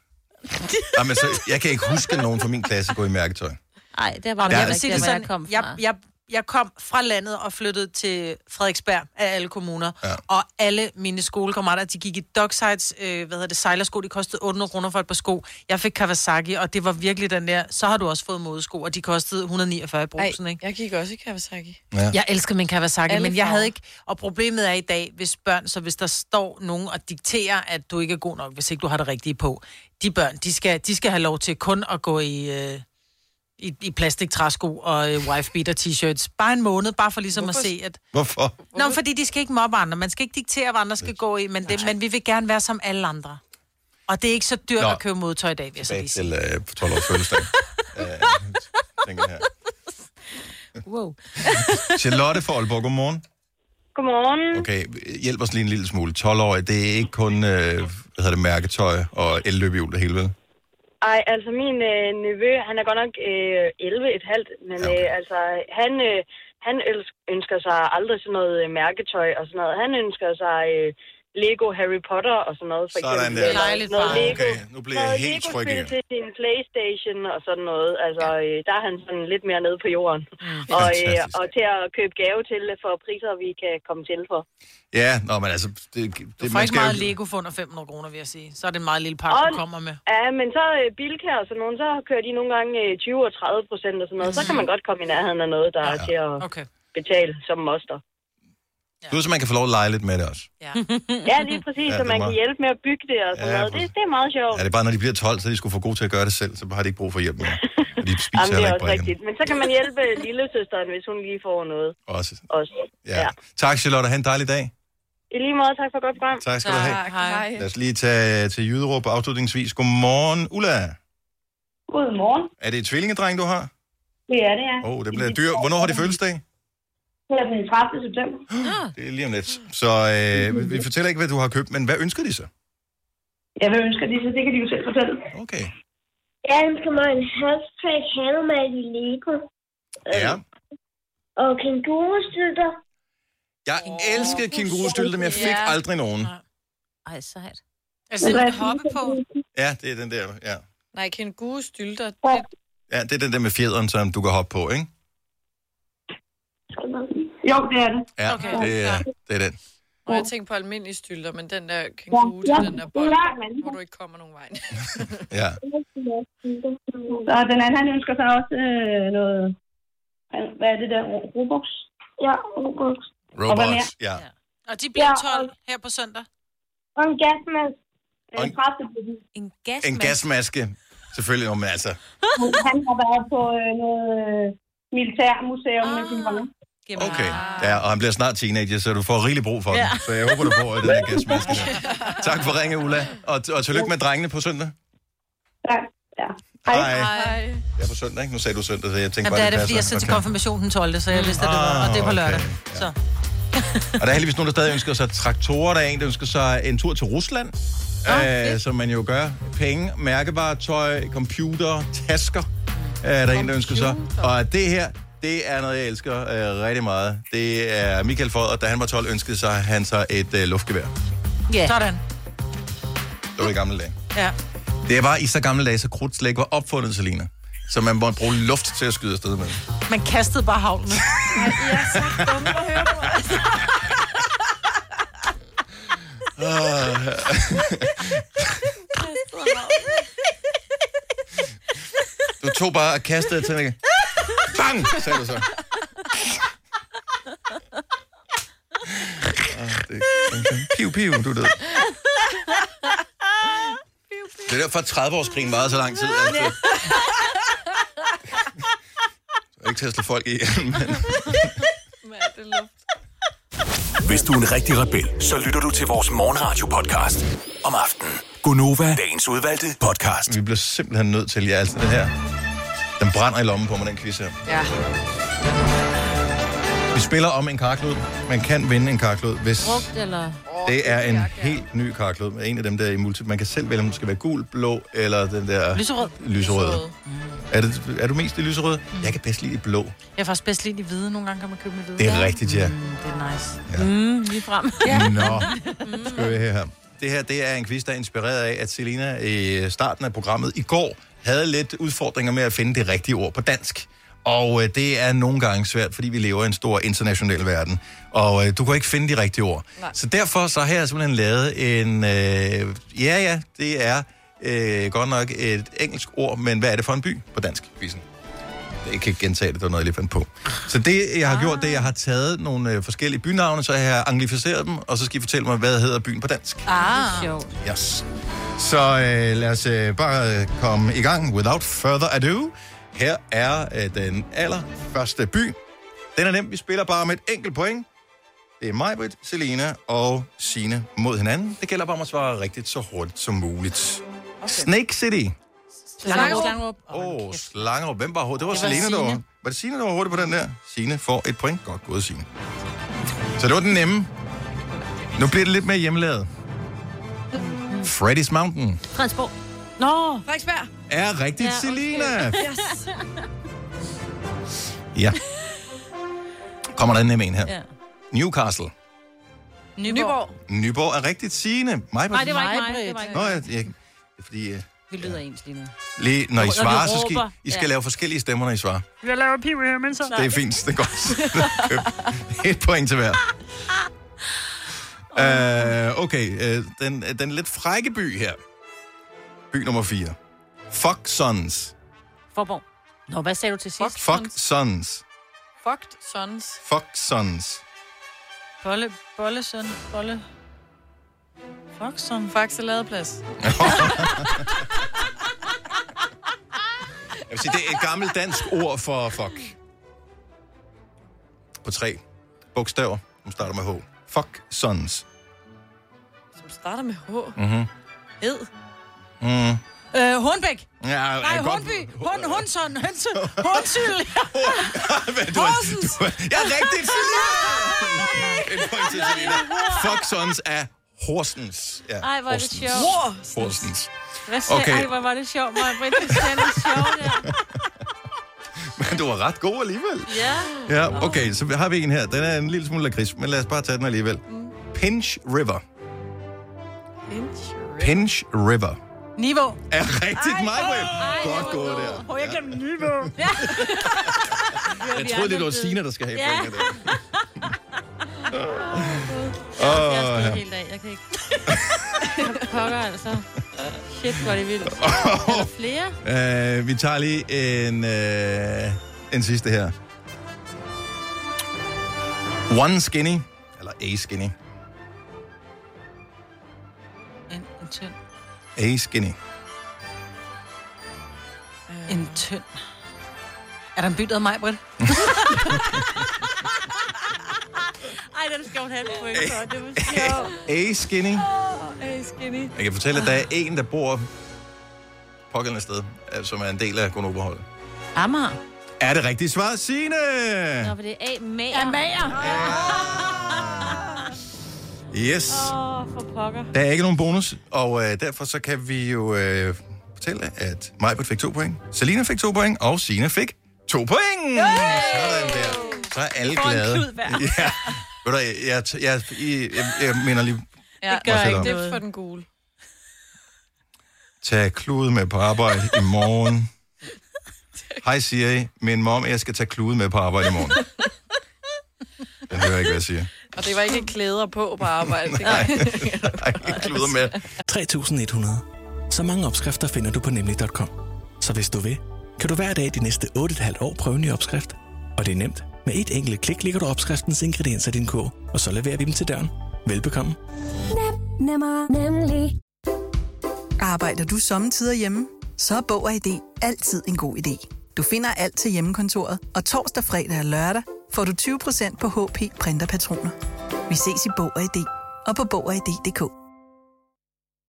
Speaker 1: Jamen, så, jeg kan ikke huske at nogen fra min klasse gå i mærketøj.
Speaker 2: Nej, det var
Speaker 1: Der-
Speaker 2: jeg
Speaker 3: Jeg vil sige det
Speaker 2: hvor jeg
Speaker 3: sådan,
Speaker 2: kom
Speaker 3: jeg,
Speaker 2: fra.
Speaker 3: jeg, jeg kom fra landet og flyttede til Frederiksberg af alle kommuner. Ja. Og alle mine skolekammerater, de gik i Docksides, øh, hvad hedder det, sejlersko. De kostede 800 kroner for et par sko. Jeg fik Kawasaki, og det var virkelig den der, så har du også fået modesko, og de kostede 149 i brusen, ikke?
Speaker 4: Jeg gik også i Kawasaki.
Speaker 1: Ja.
Speaker 3: Jeg elsker min Kawasaki,
Speaker 4: Alle
Speaker 3: men jeg
Speaker 4: farver.
Speaker 3: havde ikke... Og problemet er i dag, hvis børn, så hvis der står nogen og dikterer, at du ikke er god nok, hvis ikke du har det rigtige på. De børn, de skal, de skal have lov til kun at gå i, øh, i, i plastik træsko og øh, wife beater t-shirts. Bare en måned, bare for ligesom Hvorfor? at se, at...
Speaker 1: Hvorfor?
Speaker 3: Nå, men fordi de skal ikke mobbe andre. Man skal ikke diktere, hvad andre skal gå i, men, det, men vi vil gerne være som alle andre. Og det er ikke så dyrt
Speaker 1: Nå.
Speaker 3: Nå. at købe modtøj i dag, vil jeg så
Speaker 1: Tilbage
Speaker 3: lige sige.
Speaker 1: til øh, 12 års fødselsdag. Øh, tænker jeg her.
Speaker 2: Wow.
Speaker 1: Charlotte fra Aalborg, godmorgen.
Speaker 9: Godmorgen.
Speaker 1: Okay, hjælp os lige en lille smule. 12 år, det er ikke kun øh, hvad hedder det, mærketøj og elløbehjul det hele, vel?
Speaker 9: Ej, altså min øh, nevø, han er godt nok øh, 11 et halvt, men ja, okay. øh, altså han, øh, han øls- ønsker sig aldrig sådan noget øh, mærketøj og sådan noget. Han ønsker sig øh, Lego Harry Potter og sådan noget. For
Speaker 1: Sådan
Speaker 9: eksempel.
Speaker 1: der.
Speaker 9: Eller
Speaker 1: Dejligt
Speaker 9: noget
Speaker 1: barn.
Speaker 9: Lego,
Speaker 1: Okay, nu bliver jeg
Speaker 9: noget
Speaker 1: helt tryg
Speaker 9: Lego-spil
Speaker 1: igen.
Speaker 9: til sin Playstation og sådan noget. Altså, øh, der er han sådan lidt mere nede på jorden. og, øh,
Speaker 1: Fantastisk.
Speaker 9: og til at købe gave til for priser, vi kan komme til for.
Speaker 1: Ja, nå, men altså... Det, det,
Speaker 3: Du får
Speaker 1: man
Speaker 3: ikke
Speaker 1: skal jo-
Speaker 3: meget Lego for under 500 kroner, vil jeg sige. Så er det en meget lille pakke,
Speaker 9: Og-
Speaker 3: du kommer med.
Speaker 9: Ja, men så øh, Bilka og sådan nogen, så kører de nogle gange øh, 20 og 30 procent og sådan noget. Så kan man godt komme i nærheden af noget, der ja. er til at
Speaker 3: okay.
Speaker 9: betale som moster.
Speaker 1: Du ved, så man kan få lov at lege lidt med det også.
Speaker 9: Ja, lige præcis,
Speaker 1: Ja,
Speaker 9: ja,
Speaker 1: det
Speaker 9: så
Speaker 1: er
Speaker 9: man kan
Speaker 1: meget-
Speaker 9: hjælpe med at bygge det og
Speaker 1: Ja,
Speaker 9: sådan ja, noget. Det,
Speaker 1: præcis.
Speaker 9: det er meget sjovt.
Speaker 1: Ja, det er bare, når de bliver 12, så er de skulle få gode til at gøre det selv, så har de ikke brug for hjælp mere. Og de spiser
Speaker 9: Jamen, det
Speaker 1: heller
Speaker 9: er
Speaker 1: ikke
Speaker 9: også
Speaker 1: brækkerne.
Speaker 9: rigtigt. Men så kan man hjælpe øh, lillesøsteren, hvis hun lige får noget
Speaker 1: Også.
Speaker 9: også.
Speaker 1: Ja. ja. Tak, Charlotte. Ha' en dejlig dag.
Speaker 9: I lige måde, tak for et godt program.
Speaker 1: Tak skal du have. Tak,
Speaker 9: Hej.
Speaker 1: Lad os lige tage til Jyderup afslutningsvis. Godmorgen, Ulla.
Speaker 10: Godmorgen.
Speaker 1: Er det et tvillingedreng, du har?
Speaker 10: Det er det, ja.
Speaker 1: Åh, oh, det bliver dyr. Hvornår har de fødselsdag?
Speaker 10: Det er den 30. september.
Speaker 1: Det er lige om lidt. Så øh, vi- vi fortæller ikke, hvad du har købt, men hvad ønsker de så?
Speaker 10: Jeg vil ønske de, så det kan de jo selv fortælle.
Speaker 1: Okay.
Speaker 11: Jeg ønsker mig en halsbræk hanemad i Lego.
Speaker 1: Ja.
Speaker 11: Og kængurustøtter.
Speaker 1: Jeg elskede kængurustylter, men jeg fik
Speaker 11: Ja.
Speaker 1: aldrig nogen.
Speaker 2: Ej, sejt.
Speaker 3: Altså,
Speaker 4: den
Speaker 2: Hvad-
Speaker 4: med hoppe på.
Speaker 1: Ja, det er den der. Ja,
Speaker 4: Nej, kænguru stylter.
Speaker 1: ja det er den der med fjederen, som du kan hoppe på, ikke?
Speaker 10: Jo, det er det.
Speaker 1: Ja,
Speaker 4: Okay.
Speaker 1: det, er, det er den.
Speaker 4: Og jeg tænkte på almindelige stylter, men den der kænguru til
Speaker 10: Ja,
Speaker 4: den der bold,
Speaker 10: ja, men-
Speaker 4: hvor du ikke kommer nogen vej.
Speaker 1: Ja.
Speaker 10: Så den anden, han ønsker sig også øh, noget... han- Hvad er det der? Robux? Ja, Robux. Og hvad mere?
Speaker 1: Robots, ja.
Speaker 3: Og de bliver
Speaker 10: Ja,
Speaker 3: 12 her på søndag.
Speaker 10: Og en gasmask.
Speaker 1: Og
Speaker 10: En
Speaker 1: en-
Speaker 10: kraftebil.
Speaker 2: En
Speaker 1: En gasmaske. Selvfølgelig, Nå, men altså.
Speaker 10: Han har været på øh, noget... øh, militærmuseum ah. med sin mor.
Speaker 1: Okay.
Speaker 3: Ah.
Speaker 1: Ja, og han bliver snart teenager, så du får rigelig brug for den.
Speaker 10: Ja.
Speaker 1: Så jeg håber, du får den her gasmaske. der. Tak for ringe, Ulla. Og, og tillykke med drengene på søndag.
Speaker 10: Tak. Ja.
Speaker 1: Hej. Ja, på søndag, ikke? Nu sagde du søndag, så jeg tænkte
Speaker 3: Jamen,
Speaker 1: bare,
Speaker 3: det er
Speaker 1: det
Speaker 3: det, fordi jeg
Speaker 1: passer.
Speaker 3: sendte til konfirmation den 12., så jeg vidste, at det var, og det er på
Speaker 1: Ah,
Speaker 3: lørdag. Så.
Speaker 1: Og der er heldigvis nogen, der stadig ønsker sig traktorer. Der er en, der ønsker sig en tur til Rusland. Ah, øh, som man jo gør. Penge, mærkebare tøj, computer, tasker. Øh, der er en, der ønsker sig. Og det her, det er noget, jeg elsker øh, rigtig meget. Det er Michael Fodder, da han var 12, ønskede sig han sig et øh, luftgevær.
Speaker 3: Ja. Sådan.
Speaker 1: Det var i gamle dage.
Speaker 3: Ja.
Speaker 1: Det var i så gamle dage, så krudt slet ikke var opfundet, Selina. Så man måtte bruge luft til at skyde afsted med.
Speaker 3: Man kastede bare havlen. ja, så dumme at høre på.
Speaker 1: Du tog bare og kastede til mig. Bang! sagde du så. Ah, det, okay. Piu, piu, du er død. Det er derfor, at 30-årskrigen varede så lang tid. Altså.
Speaker 12: Ja.
Speaker 1: Ikke til at slå folk i. men-
Speaker 7: Hvis du er en rigtig rebel, så lytter du til vores morgenradio-podcast om aftenen. Gunova, dagens udvalgte podcast.
Speaker 1: Vi bliver simpelthen nødt til, ja, altså den her. Den brænder i lommen på mig, den quiz her.
Speaker 4: Ja.
Speaker 1: Vi spiller om en karklud. Man kan vinde en karklud, hvis...
Speaker 2: Brugt eller...
Speaker 1: Det er en helt ny karklud. En af dem der i multi. Man kan selv vælge, om den skal være gul, blå eller den der...
Speaker 3: Lyserød.
Speaker 1: Lyserød. Mm. Er, det, er du mest i lyserød? Jeg kan bedst lide i blå.
Speaker 3: Jeg er faktisk bedst lige i hvide. Nogle gange kan man købe med hvide.
Speaker 1: Det er rigtigt, ja.
Speaker 3: Mm, det er nice.
Speaker 1: Ja.
Speaker 3: Mm, lige frem.
Speaker 1: Nå. Skal vi her. Det her det er en quiz, der er inspireret af, at Selina i starten af programmet i går havde lidt udfordringer med at finde det rigtige ord på dansk. Og øh, det er nogle gange svært, fordi vi lever i en stor international verden. Og øh, du kan ikke finde de rigtige ord. Nej. Så derfor så har jeg simpelthen lavet en... Øh, ja, ja, det er øh, godt nok et engelsk ord, men hvad er det for en by på dansk? Quizzen. Jeg kan ikke gentage det, det var noget, jeg lige fandt på. Så det, jeg har gjort, det er, jeg har taget nogle øh, forskellige bynavne, så jeg har anglificeret dem, og så skal I fortælle mig, hvad hedder byen på dansk.
Speaker 3: Ah.
Speaker 1: Yes. Så øh, lad os øh, bare øh, komme i gang. Without further ado, her er øh, den allerførste by. Den er nem. Vi spiller bare med et enkelt point. Det er Majbrit, Selena og Sine mod hinanden. Det gælder bare om at svare rigtigt så hurtigt som muligt. Okay. Snake City.
Speaker 3: Slangerup. Slangerup.
Speaker 1: Åh, oh, Slangerup. Hvem var hurtig? Det var,
Speaker 3: Det
Speaker 1: det
Speaker 3: var
Speaker 1: var Selena, der var.
Speaker 3: Signe.
Speaker 1: Var det Signe, der var hurtig på den der? Signe får et point. Godt gået, Signe. Så det var den nemme. Nu bliver det lidt mere hjemmelavet. Freddy's Mountain
Speaker 2: Fredensborg. Nå!
Speaker 4: Frederiksberg.
Speaker 1: er rigtigt, ja, Selena.
Speaker 4: Yes.
Speaker 1: Ja. Kommer der en nem en her.
Speaker 2: Ja.
Speaker 1: Newcastle.
Speaker 4: Nyborg.
Speaker 1: Nyborg er rigtigt, Signe. Mig
Speaker 2: Nej, det var ikke mig. Det var ikke
Speaker 1: Nå,
Speaker 2: mig.
Speaker 1: jeg, jeg, det er fordi, øh,
Speaker 2: Vi lyder ens lige nu.
Speaker 1: lige, når I
Speaker 2: Når vi
Speaker 1: svarer, så skal
Speaker 2: råber.
Speaker 1: I, I skal
Speaker 2: Ja.
Speaker 1: lave forskellige stemmer, når I svarer.
Speaker 3: Jeg laver piv her, men så...
Speaker 1: Det er fint, det er godt. Et point til hver. Uh, okay, uh, den, den lidt frække by her. By nummer 4. Fuck Sons.
Speaker 2: Forborg. Nå, hvad sagde du til sidst?
Speaker 1: Fuck Sons.
Speaker 4: Fucked sons.
Speaker 1: Fuck Sons.
Speaker 4: Bolle, bollesøn, bolle. Foxon. Faxe ladeplads.
Speaker 1: Jeg vil sige, det er et gammelt dansk ord for fuck. På tre bogstaver, som starter med H. Fuck Sons.
Speaker 4: Som starter med H.
Speaker 1: Mm-hmm.
Speaker 4: Ed.
Speaker 1: Mm.
Speaker 3: Øh, Hornbæk.
Speaker 1: Ja,
Speaker 3: Nej,
Speaker 1: jeg
Speaker 3: Hornby. Horn, Hornsson. Hønse. Hornsyl.
Speaker 1: Hvad, du er-
Speaker 3: Horsens.
Speaker 1: du er- Ja, rigtigt, Selina. Et point til Selina. Fuck Sons er Horsens. Ja,
Speaker 2: Ej, hvor er det
Speaker 1: Horsens.
Speaker 2: sjovt.
Speaker 1: Horsens.
Speaker 2: Hvad sagde
Speaker 1: Okay.
Speaker 2: okay. Ej, hvor var det sjovt, Maja Britt. Det er lidt sjovt, der.
Speaker 1: Men du var ret god alligevel.
Speaker 2: Ja.
Speaker 1: Ja, okay, så har vi en her. Den er en lille smule lakrids, men lad os bare tage den alligevel. Pinch River. Pinch River.
Speaker 3: Niveau.
Speaker 1: Er rigtigt mig, Godt
Speaker 3: hvor
Speaker 1: gået der.
Speaker 3: Åh, jeg glemte Niveau. Ja.
Speaker 1: Jeg troede, det var Sina, der skal have
Speaker 3: Ja.
Speaker 1: ja. pointet.
Speaker 2: Jeg
Speaker 1: Åh,
Speaker 2: har
Speaker 1: ja.
Speaker 2: spillet hele dag. Jeg kan ikke... Hvad Pokker, altså. Shit, hvor er det vildt. Er der flere?
Speaker 1: Øh, vi tager lige en, øh, en sidste her. One skinny, eller a skinny.
Speaker 3: En, en tynd.
Speaker 1: A skinny.
Speaker 3: En tynd. Er der en by, der mig, Britt?
Speaker 2: Ej, den skal hun have et point for. Det var sjovt.
Speaker 1: A skinny.
Speaker 4: Åh, hey, skinny.
Speaker 1: Jeg kan fortælle, at der er en, der bor pågældende sted, øh, som er en del af Gunnova-holdet.
Speaker 2: Amager.
Speaker 1: Er det rigtigt svar, Signe?
Speaker 2: Nå, for det er A. Mager. Ja, Mager.
Speaker 1: Yes.
Speaker 2: Åh, oh, for pokker.
Speaker 1: Der er ikke nogen bonus, og øh, derfor så kan vi jo øh, fortælle, at Majbert fik to point, Selina fik to point, og Sina fik to point. Yay! Sådan der. Så er alle
Speaker 4: Får en
Speaker 1: glade.
Speaker 4: klud hver.
Speaker 1: ja. Ved du, jeg, jeg, jeg, jeg, jeg minder lige,
Speaker 4: Ja,
Speaker 1: gør ikke
Speaker 4: Det
Speaker 1: noget.
Speaker 4: er for den gule.
Speaker 1: tag klude med på arbejde i morgen. Hej Siri, min mom, jeg skal tage klude med på arbejde i morgen. Den hører ikke, hvad jeg siger.
Speaker 4: Og det var ikke klæder på på arbejde.
Speaker 1: Nej. Nej, kluder med.
Speaker 12: 3.100. Så mange opskrifter finder du på nemlig.com. Så hvis du vil, kan du hver dag de næste 8,5 år prøve en ny opskrift. Og det er nemt. Med et enkelt klik ligger du opskriftens ingredienser i din kog, og så leverer vi dem til døren. Velbekomme.
Speaker 13: Nem, nemmer, nemlig. Arbejder du sommetider hjemme? Så er Bog og ID altid en god idé. Du finder alt til hjemmekontoret, og torsdag, fredag og lørdag får du 20% på HP printerpatroner. Vi ses i Bog og ID og på Bog og ID.dk.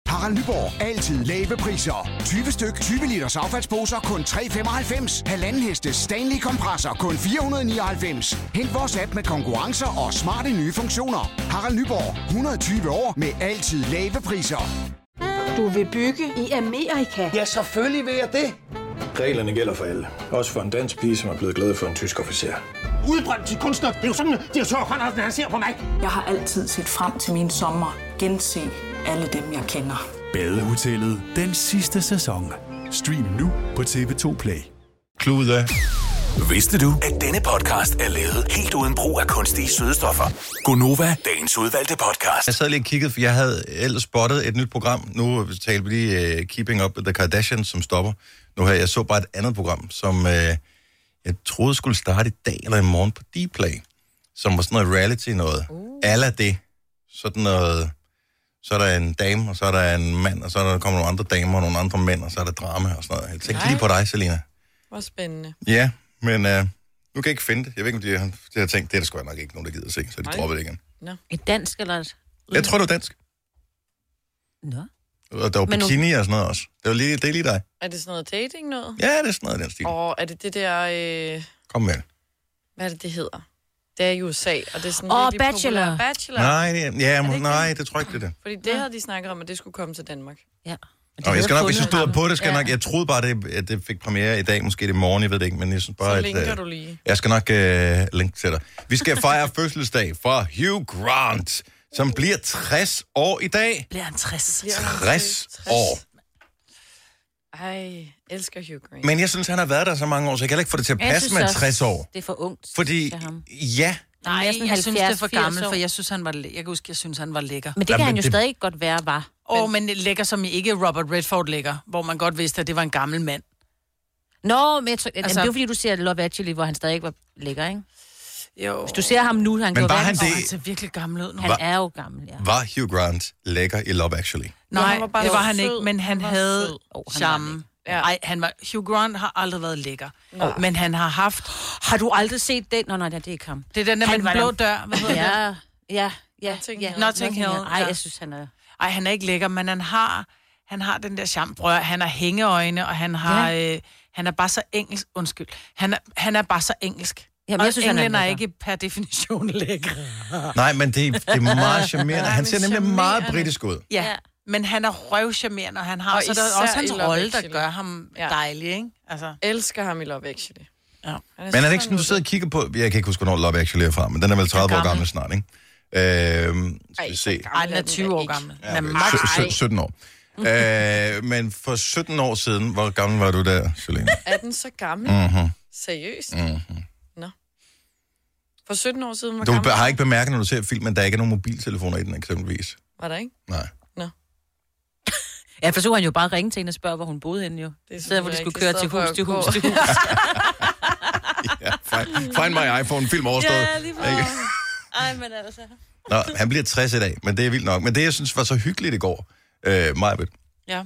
Speaker 14: Harald Nyborg. Altid lave priser. 20 styk, 20 liters affaldsposer kun 3,95. Halvanden heste Stanley kompresser kun 499. Hent vores app med konkurrencer og smarte nye funktioner. Harald Nyborg. 120 år med altid lave priser.
Speaker 15: Du vil bygge i Amerika? Ja, selvfølgelig vil jeg det.
Speaker 16: Reglerne gælder for alle. Også for en dansk pige, som er blevet glad for en tysk officer.
Speaker 17: Udbrændt til kunstner. Det er jo sådan, at de har tørt, han ser på mig. Jeg har altid set frem til min sommer. Gense alle dem, jeg kender.
Speaker 18: Badehotellet den sidste sæson. Stream nu på TV2 Play.
Speaker 1: Klude.
Speaker 7: Vidste du, at denne podcast er lavet helt uden brug af kunstige sødestoffer? Gonova, dagens udvalgte podcast.
Speaker 1: Jeg sad lige og kiggede, for jeg havde ellers spottet et nyt program. Nu talte vi lige uh, Keeping Up with the Kardashians, som stopper. Nu her, jeg så bare et andet program, som uh, jeg troede skulle starte i dag eller i morgen på Dplay, som var sådan noget reality noget. Uh. Alla det. Sådan noget... Så er der en dame, og så er der en mand, og så er der kommer nogle andre damer og nogle andre mænd, og så er der drama og sådan noget. Jeg tænkte lige på dig, Selina.
Speaker 4: Hvor spændende.
Speaker 1: Ja, men øh, nu kan jeg ikke finde det. Jeg ved ikke, om de har, de har tænkt, det er der sgu nok ikke nogen, der gider at se, så de
Speaker 2: Nej.
Speaker 1: dropper det igen.
Speaker 2: Nå. Et dansk eller et...
Speaker 1: Jeg tror, det var dansk.
Speaker 2: Nå.
Speaker 1: Og der var
Speaker 4: Men nu-
Speaker 1: bikini og sådan noget også. Det, var lige, det er lige dig.
Speaker 4: Er det sådan noget dating noget?
Speaker 1: Ja, det er sådan noget i den stil.
Speaker 4: Og er det det der... Øh,
Speaker 1: Kom med det.
Speaker 4: hvad er det, det hedder? Det er i USA, og det er sådan
Speaker 2: Åh,
Speaker 4: virkelig populært.
Speaker 2: Bachelor.
Speaker 4: Bachelor.
Speaker 1: Nej, det, er- ja,
Speaker 4: Er det
Speaker 1: det
Speaker 4: ikke
Speaker 1: nej, det tror jeg ikke, det er det.
Speaker 4: Fordi det havde de snakket om, at det skulle komme til Danmark.
Speaker 2: Ja.
Speaker 1: Nå, jeg skal nok, hvis jeg
Speaker 4: fundet
Speaker 1: stod
Speaker 4: ham.
Speaker 1: på det, skal jeg
Speaker 4: Ja.
Speaker 1: nok, jeg troede bare, det, at det fik premiere i dag, måske det i morgen, jeg ved det ikke, men jeg synes bare,
Speaker 4: Så linker
Speaker 1: at, øh,
Speaker 4: du lige.
Speaker 1: jeg skal nok øh, linke til dig. Vi skal fejre fødselsdag for Hugh Grant, som bliver 60 år i dag.
Speaker 2: Bliver han 60?
Speaker 1: 60 år.
Speaker 4: Ej, elsker Hugh Grant.
Speaker 1: Men jeg synes, han har været der så mange år, så jeg kan heller ikke få det til at passe med 60 år.
Speaker 2: Det er for ungt.
Speaker 1: Fordi, ja,
Speaker 3: Nej,
Speaker 2: jeg er
Speaker 3: jeg,
Speaker 2: sådan
Speaker 3: jeg synes, det er for
Speaker 2: 70-80
Speaker 3: gammelt,
Speaker 2: år.
Speaker 3: for jeg synes, han var, læ- jeg kan huske, jeg synes, han var lækker.
Speaker 2: Men det kan Jamen, han jo det- stadig godt være, var.
Speaker 3: Åh, men lækker som i ikke Robert Redford lækker, hvor man godt vidste, at det var en gammel mand.
Speaker 2: Nå, men jeg tror, altså,
Speaker 3: Altså-
Speaker 2: det er jo fordi, du ser Love Actually, hvor han stadig var lækker, ikke?
Speaker 3: Jo.
Speaker 2: Hvis du ser ham nu, han
Speaker 1: Men
Speaker 2: går
Speaker 1: var
Speaker 2: hverken-
Speaker 1: han det-
Speaker 2: Åh,
Speaker 3: ser virkelig gammel ud nu.
Speaker 2: Han
Speaker 1: Var-
Speaker 2: er jo gammel, ja.
Speaker 1: var Hugh Grant lækker i Love Actually?
Speaker 3: Nej,
Speaker 4: han var bare
Speaker 3: det var
Speaker 4: sød.
Speaker 3: han ikke, men han
Speaker 4: Han var
Speaker 3: havde
Speaker 4: sød.
Speaker 3: oh,
Speaker 4: han
Speaker 3: charme. Ja. Ej, han var, Hugh Grant har aldrig været lækker, oh. men han har haft...
Speaker 2: Har du aldrig set den? Nå, nej, det er ikke ham.
Speaker 3: Det er den der med
Speaker 2: Han
Speaker 3: den
Speaker 2: var
Speaker 3: blå
Speaker 2: den-
Speaker 3: dør, hvad hedder
Speaker 2: Ja,
Speaker 3: den?
Speaker 2: ja, ja. ja.
Speaker 3: Notting Hill.
Speaker 2: Ej,
Speaker 3: ja.
Speaker 2: jeg synes, han er...
Speaker 3: Ej, han er ikke lækker, men han har, han har den der charme. Prøv, at høre, han har hængeøjne, og han har... Ja. Øh, han er bare så engelsk... Undskyld. Han er, han er bare så engelsk.
Speaker 2: Jamen, jeg
Speaker 3: og
Speaker 2: synes, han er
Speaker 3: englænder er
Speaker 2: lækker.
Speaker 3: ikke per definition lækker.
Speaker 1: Nej, men det, det er meget charmerende. Han ser nemlig meget britisk ud.
Speaker 3: Ja, ja. men han er røvcharmerende, og han har... Og
Speaker 4: Og
Speaker 3: så er der
Speaker 4: især
Speaker 3: også hans
Speaker 4: i Love
Speaker 3: rolle, der
Speaker 4: Actually.
Speaker 3: gør ham ja. dejlig, ikke? Altså.
Speaker 4: Elsker ham i Love Actually.
Speaker 3: Ja.
Speaker 1: Men er det ikke sådan, du sidder og kigger på... Jeg kan ikke huske, hvornår Love Actually er fra, men den er vel 30 år gammel snart, ikke? Øhm, skal vi se.
Speaker 3: Ej, den er 20 år gammel.
Speaker 1: Ja,
Speaker 3: Den er
Speaker 1: okay.
Speaker 3: max.
Speaker 1: Syt- syt- 17 år. øh, men for 17 år siden, hvor gammel var du der, Selene?
Speaker 4: Er den så gammel?
Speaker 1: Mhm.
Speaker 4: Seriøst?
Speaker 1: Mhm.
Speaker 4: Nå. For 17 år siden var
Speaker 1: Du
Speaker 4: gammel.
Speaker 1: har ikke bemærket, når du ser filmen, at der ikke er nogen mobiltelefoner i den, eksempelvis.
Speaker 4: Var der ikke?
Speaker 1: Nej.
Speaker 2: Ja, for så kunne han jo bare ringe til hende og spørge, hvor hun boede henne jo. Det er
Speaker 4: selvfølgelig
Speaker 2: stedet, hvor de skulle
Speaker 4: rigtigt.
Speaker 2: køre til
Speaker 4: I stedet
Speaker 2: hus,
Speaker 4: for
Speaker 2: til
Speaker 4: at
Speaker 2: hus,
Speaker 4: gå.
Speaker 2: til hus.
Speaker 1: Ja, find, find my iPhone, film overstået.
Speaker 2: Ja, lige for.
Speaker 1: Ikke?
Speaker 2: Ej, men altså.
Speaker 1: Nå, han bliver 60 i dag, men det er vildt nok. Men det, jeg synes var så hyggeligt i går, øh, Majbet,
Speaker 3: Ja.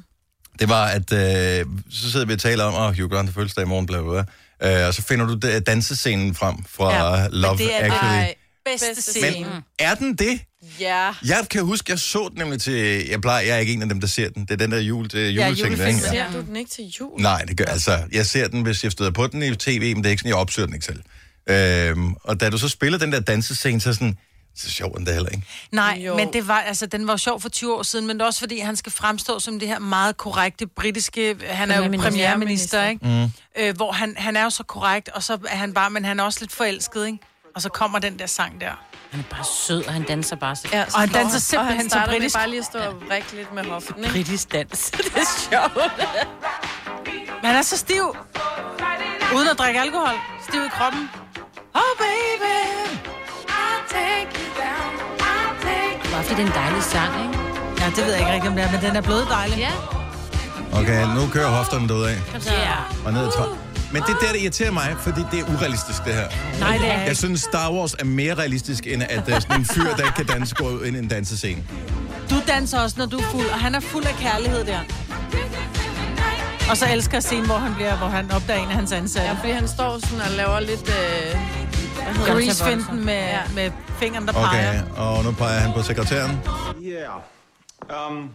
Speaker 1: det var, at øh, så sidder vi og taler om, at Hugh Grant har fødselsdag i morgen, bla, bla, bla. Øh, og så finder du da- dansescenen frem fra ja, Love
Speaker 4: det er
Speaker 1: Actually.
Speaker 4: Ej, bedste scene.
Speaker 1: Men er den det?
Speaker 4: Ja.
Speaker 1: Jeg kan huske, jeg så den nemlig til... Jeg, plejer, jeg er ikke en af dem, der ser den. Det er den der jul, det er
Speaker 4: Ja,
Speaker 1: juleting, der,
Speaker 4: julefilm.
Speaker 1: ikke?
Speaker 4: Ser du den ikke til jul?
Speaker 1: Nej, det gør altså. Jeg ser den, hvis jeg støder på den i tv, men det er ikke sådan, jeg opsøger den ikke selv. Øhm, og da du så spiller den der dansescene, så er sådan... Så sjov den der heller ikke.
Speaker 3: Nej, jo. men det var, altså, den var jo sjov for 20 år siden, men også fordi han skal fremstå som det her meget korrekte britiske, han er jo
Speaker 4: Premierminister.
Speaker 3: premierminister, ikke?
Speaker 4: Mm.
Speaker 3: Øh, hvor han, han er jo så korrekt, og så er han bare, men han er også lidt forelsket, ikke? Og så kommer den der sang der.
Speaker 2: Han er bare sød, og han danser bare så...
Speaker 3: Ja, og han danser
Speaker 4: og han
Speaker 3: simpelthen så
Speaker 4: starter med
Speaker 3: britisk.
Speaker 4: bare lige at stå og vrikke lidt med hoften, ikke?
Speaker 2: Britisk dans. det er sjovt.
Speaker 3: Men han er så stiv, uden at drikke alkohol. Stiv i kroppen. Oh, baby.
Speaker 2: Bare fordi det er en dejlig sang, ikke?
Speaker 3: Ja, det ved jeg ikke rigtig, om det er, men den er blevet dejlig.
Speaker 2: Ja.
Speaker 1: Okay, nu kører hofterne derudad.
Speaker 2: Kom så. Yeah.
Speaker 1: Og ned ad trappen. Men det er der, det irriterer mig, fordi det er urealistisk, det her.
Speaker 2: Nej, det er ikke.
Speaker 1: Jeg synes, Star Wars er mere realistisk, end at øh, sådan en fyr, der ikke kan danse, går ud ind i en dansescene.
Speaker 3: Du danser også, når du er fuld, og han er fuld af kærlighed der. Og så elsker scenen, hvor han bliver, hvor han opdager en af hans ansatte.
Speaker 4: Ja, fordi han står sådan og laver lidt... Øh, hvad hedder det?
Speaker 3: Grease-finten med, ja. med fingeren, der peger.
Speaker 1: Okay, og nu peger han på sekretæren.
Speaker 19: Yeah. Um,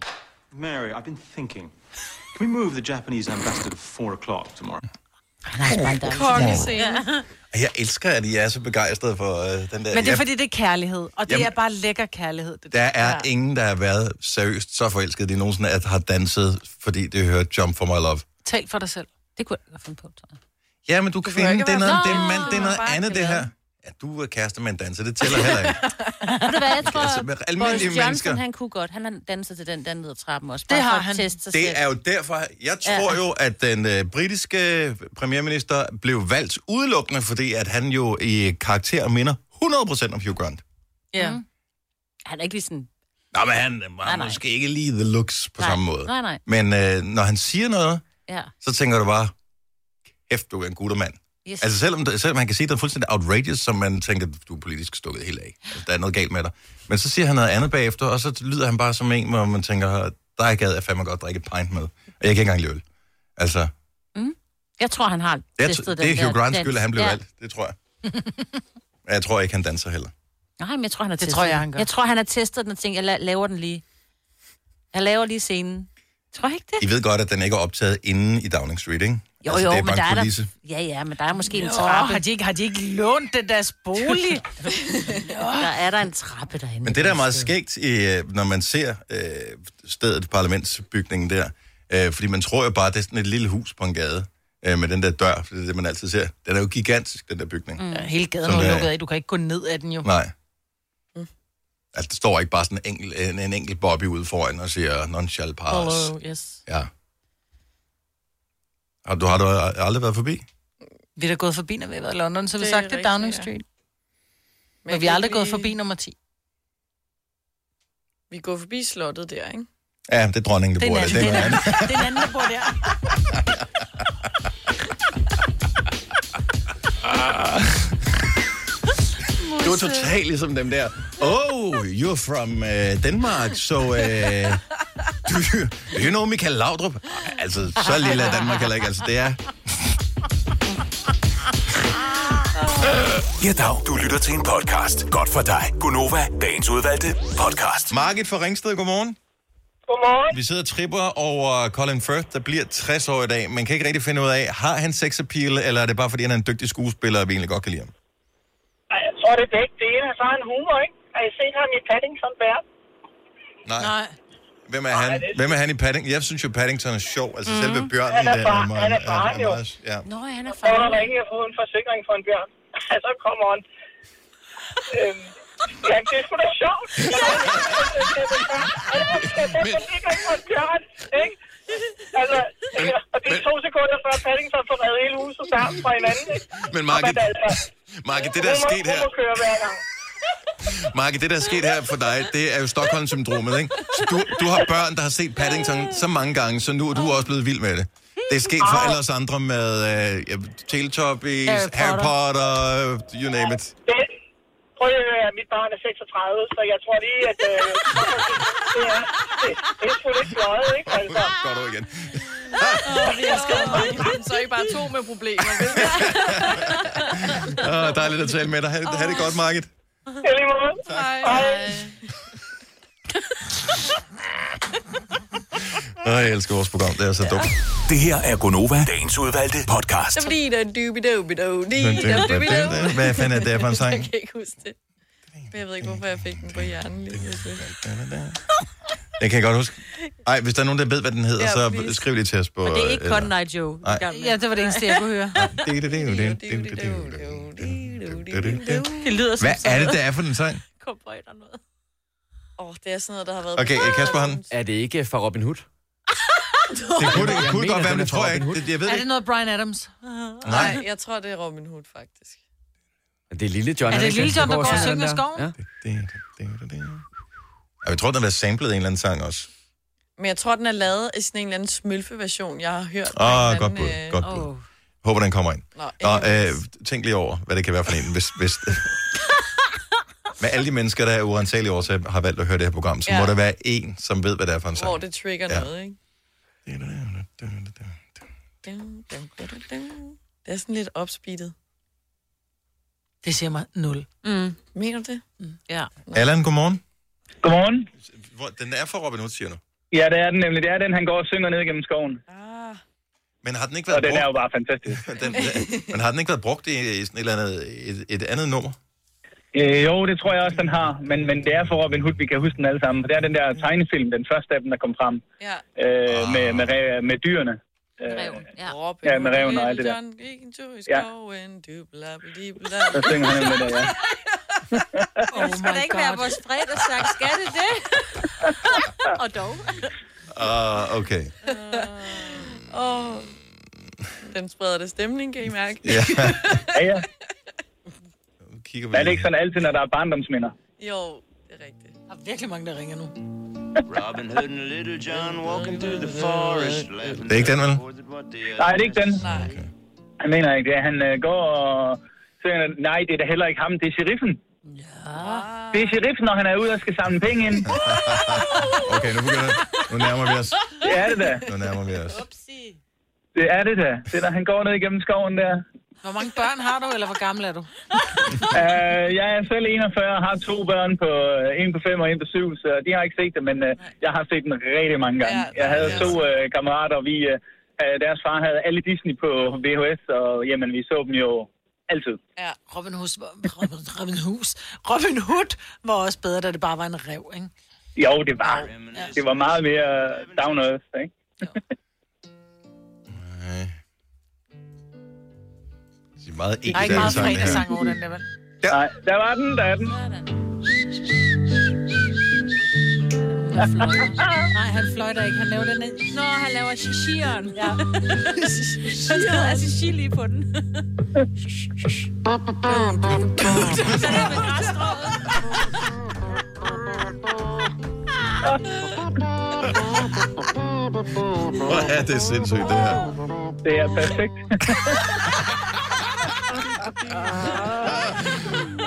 Speaker 19: Mary, I've been thinking. Can we move the Japanese ambassador to four o'clock tomorrow?
Speaker 3: Kongescene.
Speaker 1: Og Jeg elsker, at I er så begejstrede for øh, den der.
Speaker 3: Men det er
Speaker 1: Jeg-
Speaker 3: fordi, det er kærlighed, og det
Speaker 1: Jamen-
Speaker 3: er bare lækker kærlighed. Det
Speaker 1: Der er ingen, der har været seriøst så forelsket, de nogensinde at har danset, fordi det hører Jump for My Love.
Speaker 3: Tal for dig selv.
Speaker 2: Det kunne jeg godt finde på, tror jeg.
Speaker 1: Ja, men du er
Speaker 2: Det
Speaker 1: kvinde,
Speaker 2: behøver
Speaker 1: det
Speaker 2: ikke
Speaker 1: er
Speaker 2: være-
Speaker 1: noget, det er
Speaker 2: Nå,
Speaker 1: mand, det er noget
Speaker 2: bare
Speaker 1: andet, det her. Ja, du er kæreste med en danser, det tæller heller ikke.
Speaker 2: Ved du hvad, jeg tror,
Speaker 1: Altså, med
Speaker 2: altså,
Speaker 1: almindelige
Speaker 2: Boris Johnson,
Speaker 1: mennesker.
Speaker 2: han kunne godt. Han har danset til den der ned ad trappen også. Bare det har for han. At teste sig selv.
Speaker 1: Det er jo derfor, jeg tror jo, at den øh, britiske premierminister blev valgt udelukkende, fordi at han jo i karakter minder 100% om Hugh Grant.
Speaker 3: Ja.
Speaker 2: Mm. Han er ikke lige sådan...
Speaker 1: Nå, men han
Speaker 2: Nej,
Speaker 1: var
Speaker 2: nej.
Speaker 1: måske ikke lige the looks på
Speaker 2: Nej.
Speaker 1: samme måde.
Speaker 2: Nej, nej.
Speaker 1: Men øh, når han siger noget,
Speaker 2: Ja.
Speaker 1: så tænker du bare, kæft, du er en guttermand.
Speaker 2: Yes.
Speaker 1: Altså selvom, selvom han kan sige, at det er fuldstændig outrageous, som man tænker, du er politisk stukket helt af. Altså, der er noget galt med dig. Men så siger han noget andet bagefter, og så lyder han bare som en, hvor man tænker, dig gad jeg fandme godt drikke et pint med. Og jeg kan ikke engang lide øl. Altså,
Speaker 2: Jeg tror, han har
Speaker 1: jeg
Speaker 2: testet
Speaker 1: t-
Speaker 2: den
Speaker 1: det er Hugh
Speaker 2: der
Speaker 1: Grants
Speaker 2: dans.
Speaker 1: skyld, at han blev valgt. Det tror jeg. Men Jeg tror ikke, han danser heller.
Speaker 2: Nej, men jeg tror, han har
Speaker 3: Det
Speaker 2: testet
Speaker 3: tror jeg,
Speaker 2: den.
Speaker 3: han gør.
Speaker 2: Jeg tror, han har testet den og tænkt, jeg la- laver den lige. Jeg laver lige scenen. Tror jeg ikke det?
Speaker 1: I ved godt, at den ikke er optaget inde i Downing Street, ikke?
Speaker 2: Jo,
Speaker 1: altså,
Speaker 2: jo,
Speaker 1: det er
Speaker 2: men
Speaker 1: bare
Speaker 2: der
Speaker 1: en
Speaker 2: er
Speaker 1: kulisse.
Speaker 2: der... Ja, ja, men der er måske en
Speaker 3: Nå,
Speaker 2: trappe.
Speaker 3: har de ikke, har de ikke lånt den deres bolig?
Speaker 2: Der er der en trappe derinde.
Speaker 1: Men det, der er meget skægt, i, øh, når man ser øh, stedet, parlamentsbygningen der, øh, fordi man tror jo bare, det er sådan et lille hus på en gade øh, med den der dør, for det er det, man altid ser. Den er jo gigantisk, den der bygning.
Speaker 3: Mm. Ja, hele gaden
Speaker 1: Som
Speaker 3: er
Speaker 1: det er.
Speaker 3: lukket af. Du kan ikke gå ned af den jo.
Speaker 1: Nej.
Speaker 2: Mm.
Speaker 1: Altså, der står ikke bare sådan en enkelt, en, en enkelt Bobby ude foran og siger, non shall pass.
Speaker 4: Hello, yes.
Speaker 1: Ja. Har du, har du aldrig været forbi?
Speaker 3: Vi er da gået forbi, når vi har været i London, så vi
Speaker 4: Det
Speaker 3: har
Speaker 4: er
Speaker 3: sagt, det er
Speaker 4: rigtigt,
Speaker 3: Downing
Speaker 4: ja.
Speaker 3: Street. Men,
Speaker 4: jeg
Speaker 3: vi
Speaker 4: kan
Speaker 3: har aldrig
Speaker 4: ikke
Speaker 3: gået
Speaker 4: lige-
Speaker 3: forbi nummer 10.
Speaker 4: Vi går forbi slottet der, ikke?
Speaker 1: Ja, det er dronningen, der
Speaker 4: Det er
Speaker 1: bor der.
Speaker 4: en
Speaker 1: Det er
Speaker 4: anden-
Speaker 1: noget andet.
Speaker 3: Det er en anden, der bor der.
Speaker 1: Du er totalt ligesom dem der. Oh, you're from uh, Denmark, so uh, do, you, do you know Michael Laudrup? Ej, Altså, så lille er Danmark heller ikke. Altså, det er...
Speaker 7: Ja, dag. Du lytter til en podcast. Godt for dig. Gunova, dagens udvalgte podcast.
Speaker 1: Market fra Ringsted, godmorgen.
Speaker 5: Godmorgen.
Speaker 1: Vi sidder og tripper over Colin Firth, der bliver 60 år i dag. Man kan ikke rigtig finde ud af, har han sex appeal, eller er det bare, fordi han er en dygtig skuespiller, og vi egentlig godt kan lide ham?
Speaker 5: Ej, jeg tror, det er begge dele. Så har han humor, ikke? Har I set ham i Paddington Bear?
Speaker 1: Nej. Nej. Hvem er han? Hvem er han i Paddington? Jeg synes jo, Paddington er sjov. Altså, mm. selve bjørnen
Speaker 5: Han er
Speaker 1: i den øh,
Speaker 5: far-
Speaker 1: meget-
Speaker 5: han er faren, jo.
Speaker 1: meget- Ja.
Speaker 2: Nå, han er
Speaker 5: Så var der ingen at få en forsikring for en bjørn. så kom on. øhm, ja, det er sgu da sjovt. Forsikring for en bjørn, ikke? Altså, ja, og det er to sekunder før Paddington får reddet hele huset sammen fra hinanden. ikke?
Speaker 1: Men Market,
Speaker 5: Men altså,
Speaker 1: Market, det der er
Speaker 5: hun må-
Speaker 1: sket her...
Speaker 5: Hun må køre hver gang.
Speaker 1: Marke, det der er sket her for dig, det er jo Stockholm-syndromet, ikke? Så du, du har børn, der har set Paddington så mange gange, så nu er du også blevet vild med det. Det er sket for alle os andre med uh, ja, Teletubbies,
Speaker 5: Harry
Speaker 1: Harry
Speaker 5: Potter.
Speaker 1: Potter, Harry Potter øh, you name it.
Speaker 5: Det, prøv lige at høre, mit barn er 36, så jeg tror lige, at... Øh, det, er, det, det er sgu lidt fløjet, ikke? Altså.
Speaker 1: Går du igen.
Speaker 4: Åh, vi elsker mange. Så er I bare to med problemer. vel?
Speaker 1: Åh, dejligt at tale med dig. Ha, ha det godt, Market.
Speaker 4: Hej.
Speaker 1: Åh, jeg elsker vores program. Det er så dumt.
Speaker 7: Det her er Gonova, dagens udvalgte podcast.
Speaker 4: Så fordi der er dybi dobi dobi
Speaker 1: Hvad fanden er det for en sang?
Speaker 4: Jeg kan ikke huske det. Men jeg ved ikke, hvorfor jeg fik den på hjernen lige pludselig.
Speaker 1: Jeg kan godt huske. Ej, hvis der er nogen, der ved, hvad den hedder,
Speaker 2: Ja,
Speaker 1: så
Speaker 2: please.
Speaker 1: skriv lige til os på... øh,
Speaker 2: Men det er ikke
Speaker 1: eller-
Speaker 2: Cotton Eye Joe.
Speaker 1: Nej.
Speaker 3: Ja, det var det eneste, jeg kunne høre.
Speaker 1: Det er det, det er jo det. Det er jo det, det er jo det.
Speaker 2: Det lyder som
Speaker 1: Hvad
Speaker 2: sådan
Speaker 1: er det,
Speaker 2: noget.
Speaker 1: der er for den sang?
Speaker 4: Cowboy noget. Åh, oh, det er sådan noget, der har været...
Speaker 20: Okay,
Speaker 1: Kasper han.
Speaker 20: Er det ikke fra Robin Hood?
Speaker 1: Det kunne, det
Speaker 20: Jeg
Speaker 1: kunne
Speaker 20: mener,
Speaker 1: godt være,
Speaker 20: den
Speaker 1: men
Speaker 20: er
Speaker 1: det
Speaker 20: fra
Speaker 1: tror
Speaker 20: Robin
Speaker 1: jeg ikke.
Speaker 20: Hood.
Speaker 1: Det, jeg ved
Speaker 3: Er
Speaker 1: det
Speaker 3: det
Speaker 1: ikke.
Speaker 3: noget Brian Adams?
Speaker 4: Nej, jeg tror, det er Robin Hood, faktisk.
Speaker 20: Det er Lille John.
Speaker 3: Er det
Speaker 20: ikke
Speaker 3: Lille
Speaker 20: den,
Speaker 3: John, der går og
Speaker 20: sådan
Speaker 3: synger i skoven?
Speaker 20: Ja.
Speaker 1: Og jeg tror, den har været samlet en eller anden sang også.
Speaker 4: Men jeg tror, den er lavet i sådan en eller anden smølfe-version, jeg har hørt.
Speaker 1: Åh, godt bud, godt bud. Håber, den kommer ind.
Speaker 4: øh, Nå,
Speaker 1: Nå, øh, tænk lige over, hvad det kan være for en, hvis... hvis med alle de mennesker, der er uansagelige årsager, har valgt at høre det her program, så
Speaker 4: Ja.
Speaker 1: ja. må der være en, som ved, hvad det er for en sang.
Speaker 4: Hvor det trigger
Speaker 1: Ja.
Speaker 4: ja. noget, ikke? Det er sådan lidt opspeedet.
Speaker 3: Det siger mig nul.
Speaker 4: Mm. Mener du det? Mm.
Speaker 3: Ja.
Speaker 1: Allan, godmorgen.
Speaker 21: Godmorgen.
Speaker 1: Hvor, den er fra Robin Hood, siger du.
Speaker 21: Ja, det er den nemlig. Det er den, han går og synger ned gennem skoven.
Speaker 3: Ah.
Speaker 1: Men har den ikke været
Speaker 21: Og den er jo
Speaker 1: brugt-
Speaker 21: bare fantastisk.
Speaker 1: den, men har den ikke været brugt i, i sådan et eller andet, et, et andet nummer?
Speaker 21: Øh, jo, det tror jeg også, den har. Men, men det er for Robin Hood, vi kan huske den alle sammen. Det er den der tegnefilm, den første af dem, der kom frem.
Speaker 4: Ja.
Speaker 21: Øh,
Speaker 1: Ah.
Speaker 21: med, med, re- med dyrene. Øh,
Speaker 4: Ja. Robin,
Speaker 21: Ja, med ræven og alt det der.
Speaker 4: John gik en tur i
Speaker 21: Ja.
Speaker 4: skoven, du bla bla bla bla.
Speaker 21: så synger han med det, ja.
Speaker 2: Oh det skal da ikke være vores fredagssang, skal det det? Og dog.
Speaker 1: Ah, okay.
Speaker 4: Åh, den spreder det stemning, kan I mærke?
Speaker 1: Ja.
Speaker 21: ja, ja.
Speaker 1: Kigger
Speaker 21: Er det ikke sådan altid, når der er barndomsminder?
Speaker 4: Jo, det er rigtigt.
Speaker 3: Der er virkelig mange, der ringer nu.
Speaker 22: Robin Hood and Little John walking through the forest.
Speaker 1: Det er ikke den, vel?
Speaker 21: Nej, det er ikke den. Okay. Jeg mener ikke det. Han øh, går og synger, nej, det er da heller ikke ham, det er sheriffen. Ja. Det er sheriffen, når han er ude og skal samle penge ind.
Speaker 1: Okay, nu begynder Nu nærmer vi os.
Speaker 21: Det er det da.
Speaker 1: Nu nærmer vi os.
Speaker 21: Det er det da. Det er da, han går ned igennem skoven der.
Speaker 3: Hvor mange børn har du, eller hvor gammel er du?
Speaker 21: Uh, jeg er selv 41 og har to børn, på, uh, en på 5 og en på 7, så de har ikke set det, men uh, jeg har set den rigtig mange gange. jeg havde to uh, kammerater, og vi, uh, uh, deres far havde alle Disney på VHS, og jamen, vi så dem jo altid.
Speaker 3: Ja, Robin Hood, Robin, Robin, Hus. Robin Hood var også bedre, da det bare var en rev, ikke?
Speaker 21: Jo, det var, det var meget mere øh, down earth, ikke?
Speaker 1: Det er meget
Speaker 3: Der er ikke meget fredagssang over den der, vel?
Speaker 1: Ja.
Speaker 21: Nej, der var den, der er den.
Speaker 3: Nej, han fløjter ikke. Han laver den ned.
Speaker 2: Nå, han laver shishiren. Ja. Så skal der shishi lige på den. Så er det med græsstrået.
Speaker 1: Hvor er det sindssygt, det her.
Speaker 21: Det er perfekt.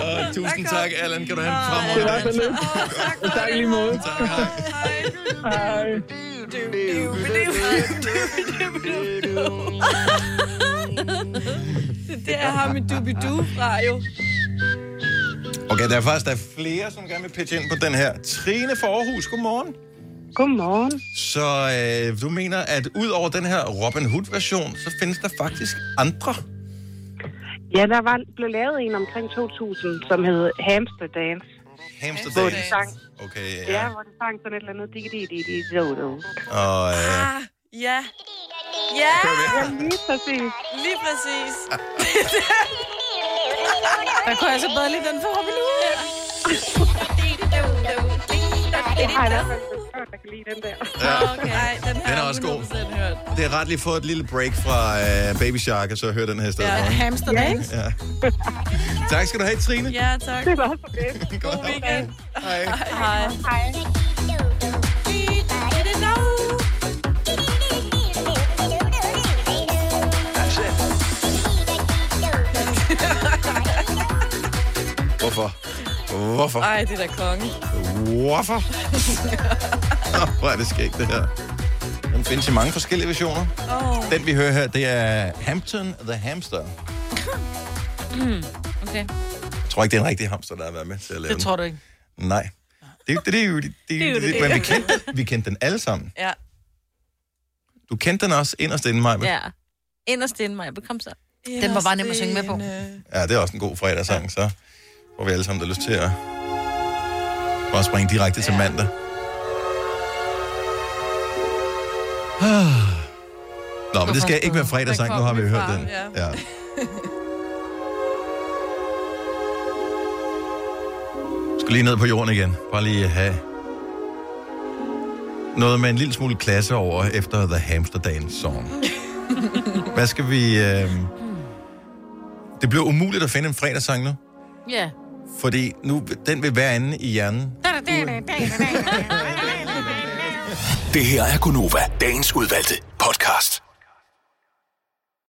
Speaker 1: Og tusind tak, Allan. Kan du have en
Speaker 21: Det
Speaker 1: fremragende
Speaker 21: var så
Speaker 1: dag?
Speaker 21: lidt. Tak i lige måde. Hej.
Speaker 4: Det er ham i Dubidu fra, jo.
Speaker 1: Okay, der er faktisk der er flere, som gerne vil pitche ind på den her. Trine fra Aarhus, godmorgen.
Speaker 23: Godmorgen.
Speaker 1: Så øh, du mener, at ud over den her Robin Hood-version, så findes der faktisk andre?
Speaker 23: Ja, der var, blev lavet en omkring 2000, som hed Hamster Dance.
Speaker 1: Hamster
Speaker 23: Hvor de
Speaker 1: Dance.
Speaker 23: sang,
Speaker 1: Okay,
Speaker 23: ja,
Speaker 1: ja.
Speaker 23: hvor de sang sådan et eller andet digge-digge-digge-digge-digge.
Speaker 1: Og, øh,
Speaker 4: Ah, Ja. Ja!
Speaker 23: Ja, lige præcis.
Speaker 4: Lige præcis.
Speaker 3: Der kunne jeg så bedre lide den for Robin Hood.
Speaker 23: Jeg har i hvert fald en før, der kan lide den der.
Speaker 1: Ja.
Speaker 4: Okay, ej, den
Speaker 1: Den
Speaker 4: her
Speaker 1: er også god.
Speaker 4: 100% hørt.
Speaker 1: det er ret lige fået et lille break fra øh, Baby Shark, og så hører den her i stedet.
Speaker 4: Ja,
Speaker 1: for, ikke?
Speaker 4: hamster dance.
Speaker 1: Ja. Tak skal du have, Trine.
Speaker 4: Ja, tak.
Speaker 23: Det var for det.
Speaker 4: God weekend.
Speaker 1: Hej.
Speaker 4: Hej.
Speaker 23: Hej.
Speaker 1: Hvorfor? Hvorfor?
Speaker 4: Ej, det er da konge.
Speaker 1: Hvorfor? Nå, Hvor er det skægt, det her. Den findes i mange forskellige versioner.
Speaker 2: Oh.
Speaker 1: Den vi hører her, det er Hampton the Hamster.
Speaker 2: Mm. Okay.
Speaker 1: Jeg tror ikke, det er en rigtig hamster, der har været med til at lave
Speaker 3: Det tror du ikke.
Speaker 1: den. Nej. Det, det, det, er jo- det, det,
Speaker 3: er jo
Speaker 1: det,
Speaker 3: det.
Speaker 1: det, men vi kendte, vi kendte den alle sammen.
Speaker 2: Ja.
Speaker 1: Du kendte den også inderst inden mig.
Speaker 2: Ja. Inderst inden mig, kom så.
Speaker 3: Den var bare nem at synge med på.
Speaker 4: øh,
Speaker 1: Ja, det er også en god fredagssang, så får vi alle sammen der lyst til at bare springe direkte til mandag. Nå, men det skal ikke være fredagssang, nu har vi hørt den. Ja. Skal lige ned på jorden igen. Bare lige have noget med en lille smule klasse over efter The Hamster Dance Song. Hvad skal vi... Øh... Det blev umuligt at finde en fredagssang nu,
Speaker 2: Ja.
Speaker 1: fordi nu, den vil være inde i hjernen.
Speaker 7: Det her er Gunova, dagens udvalgte podcast.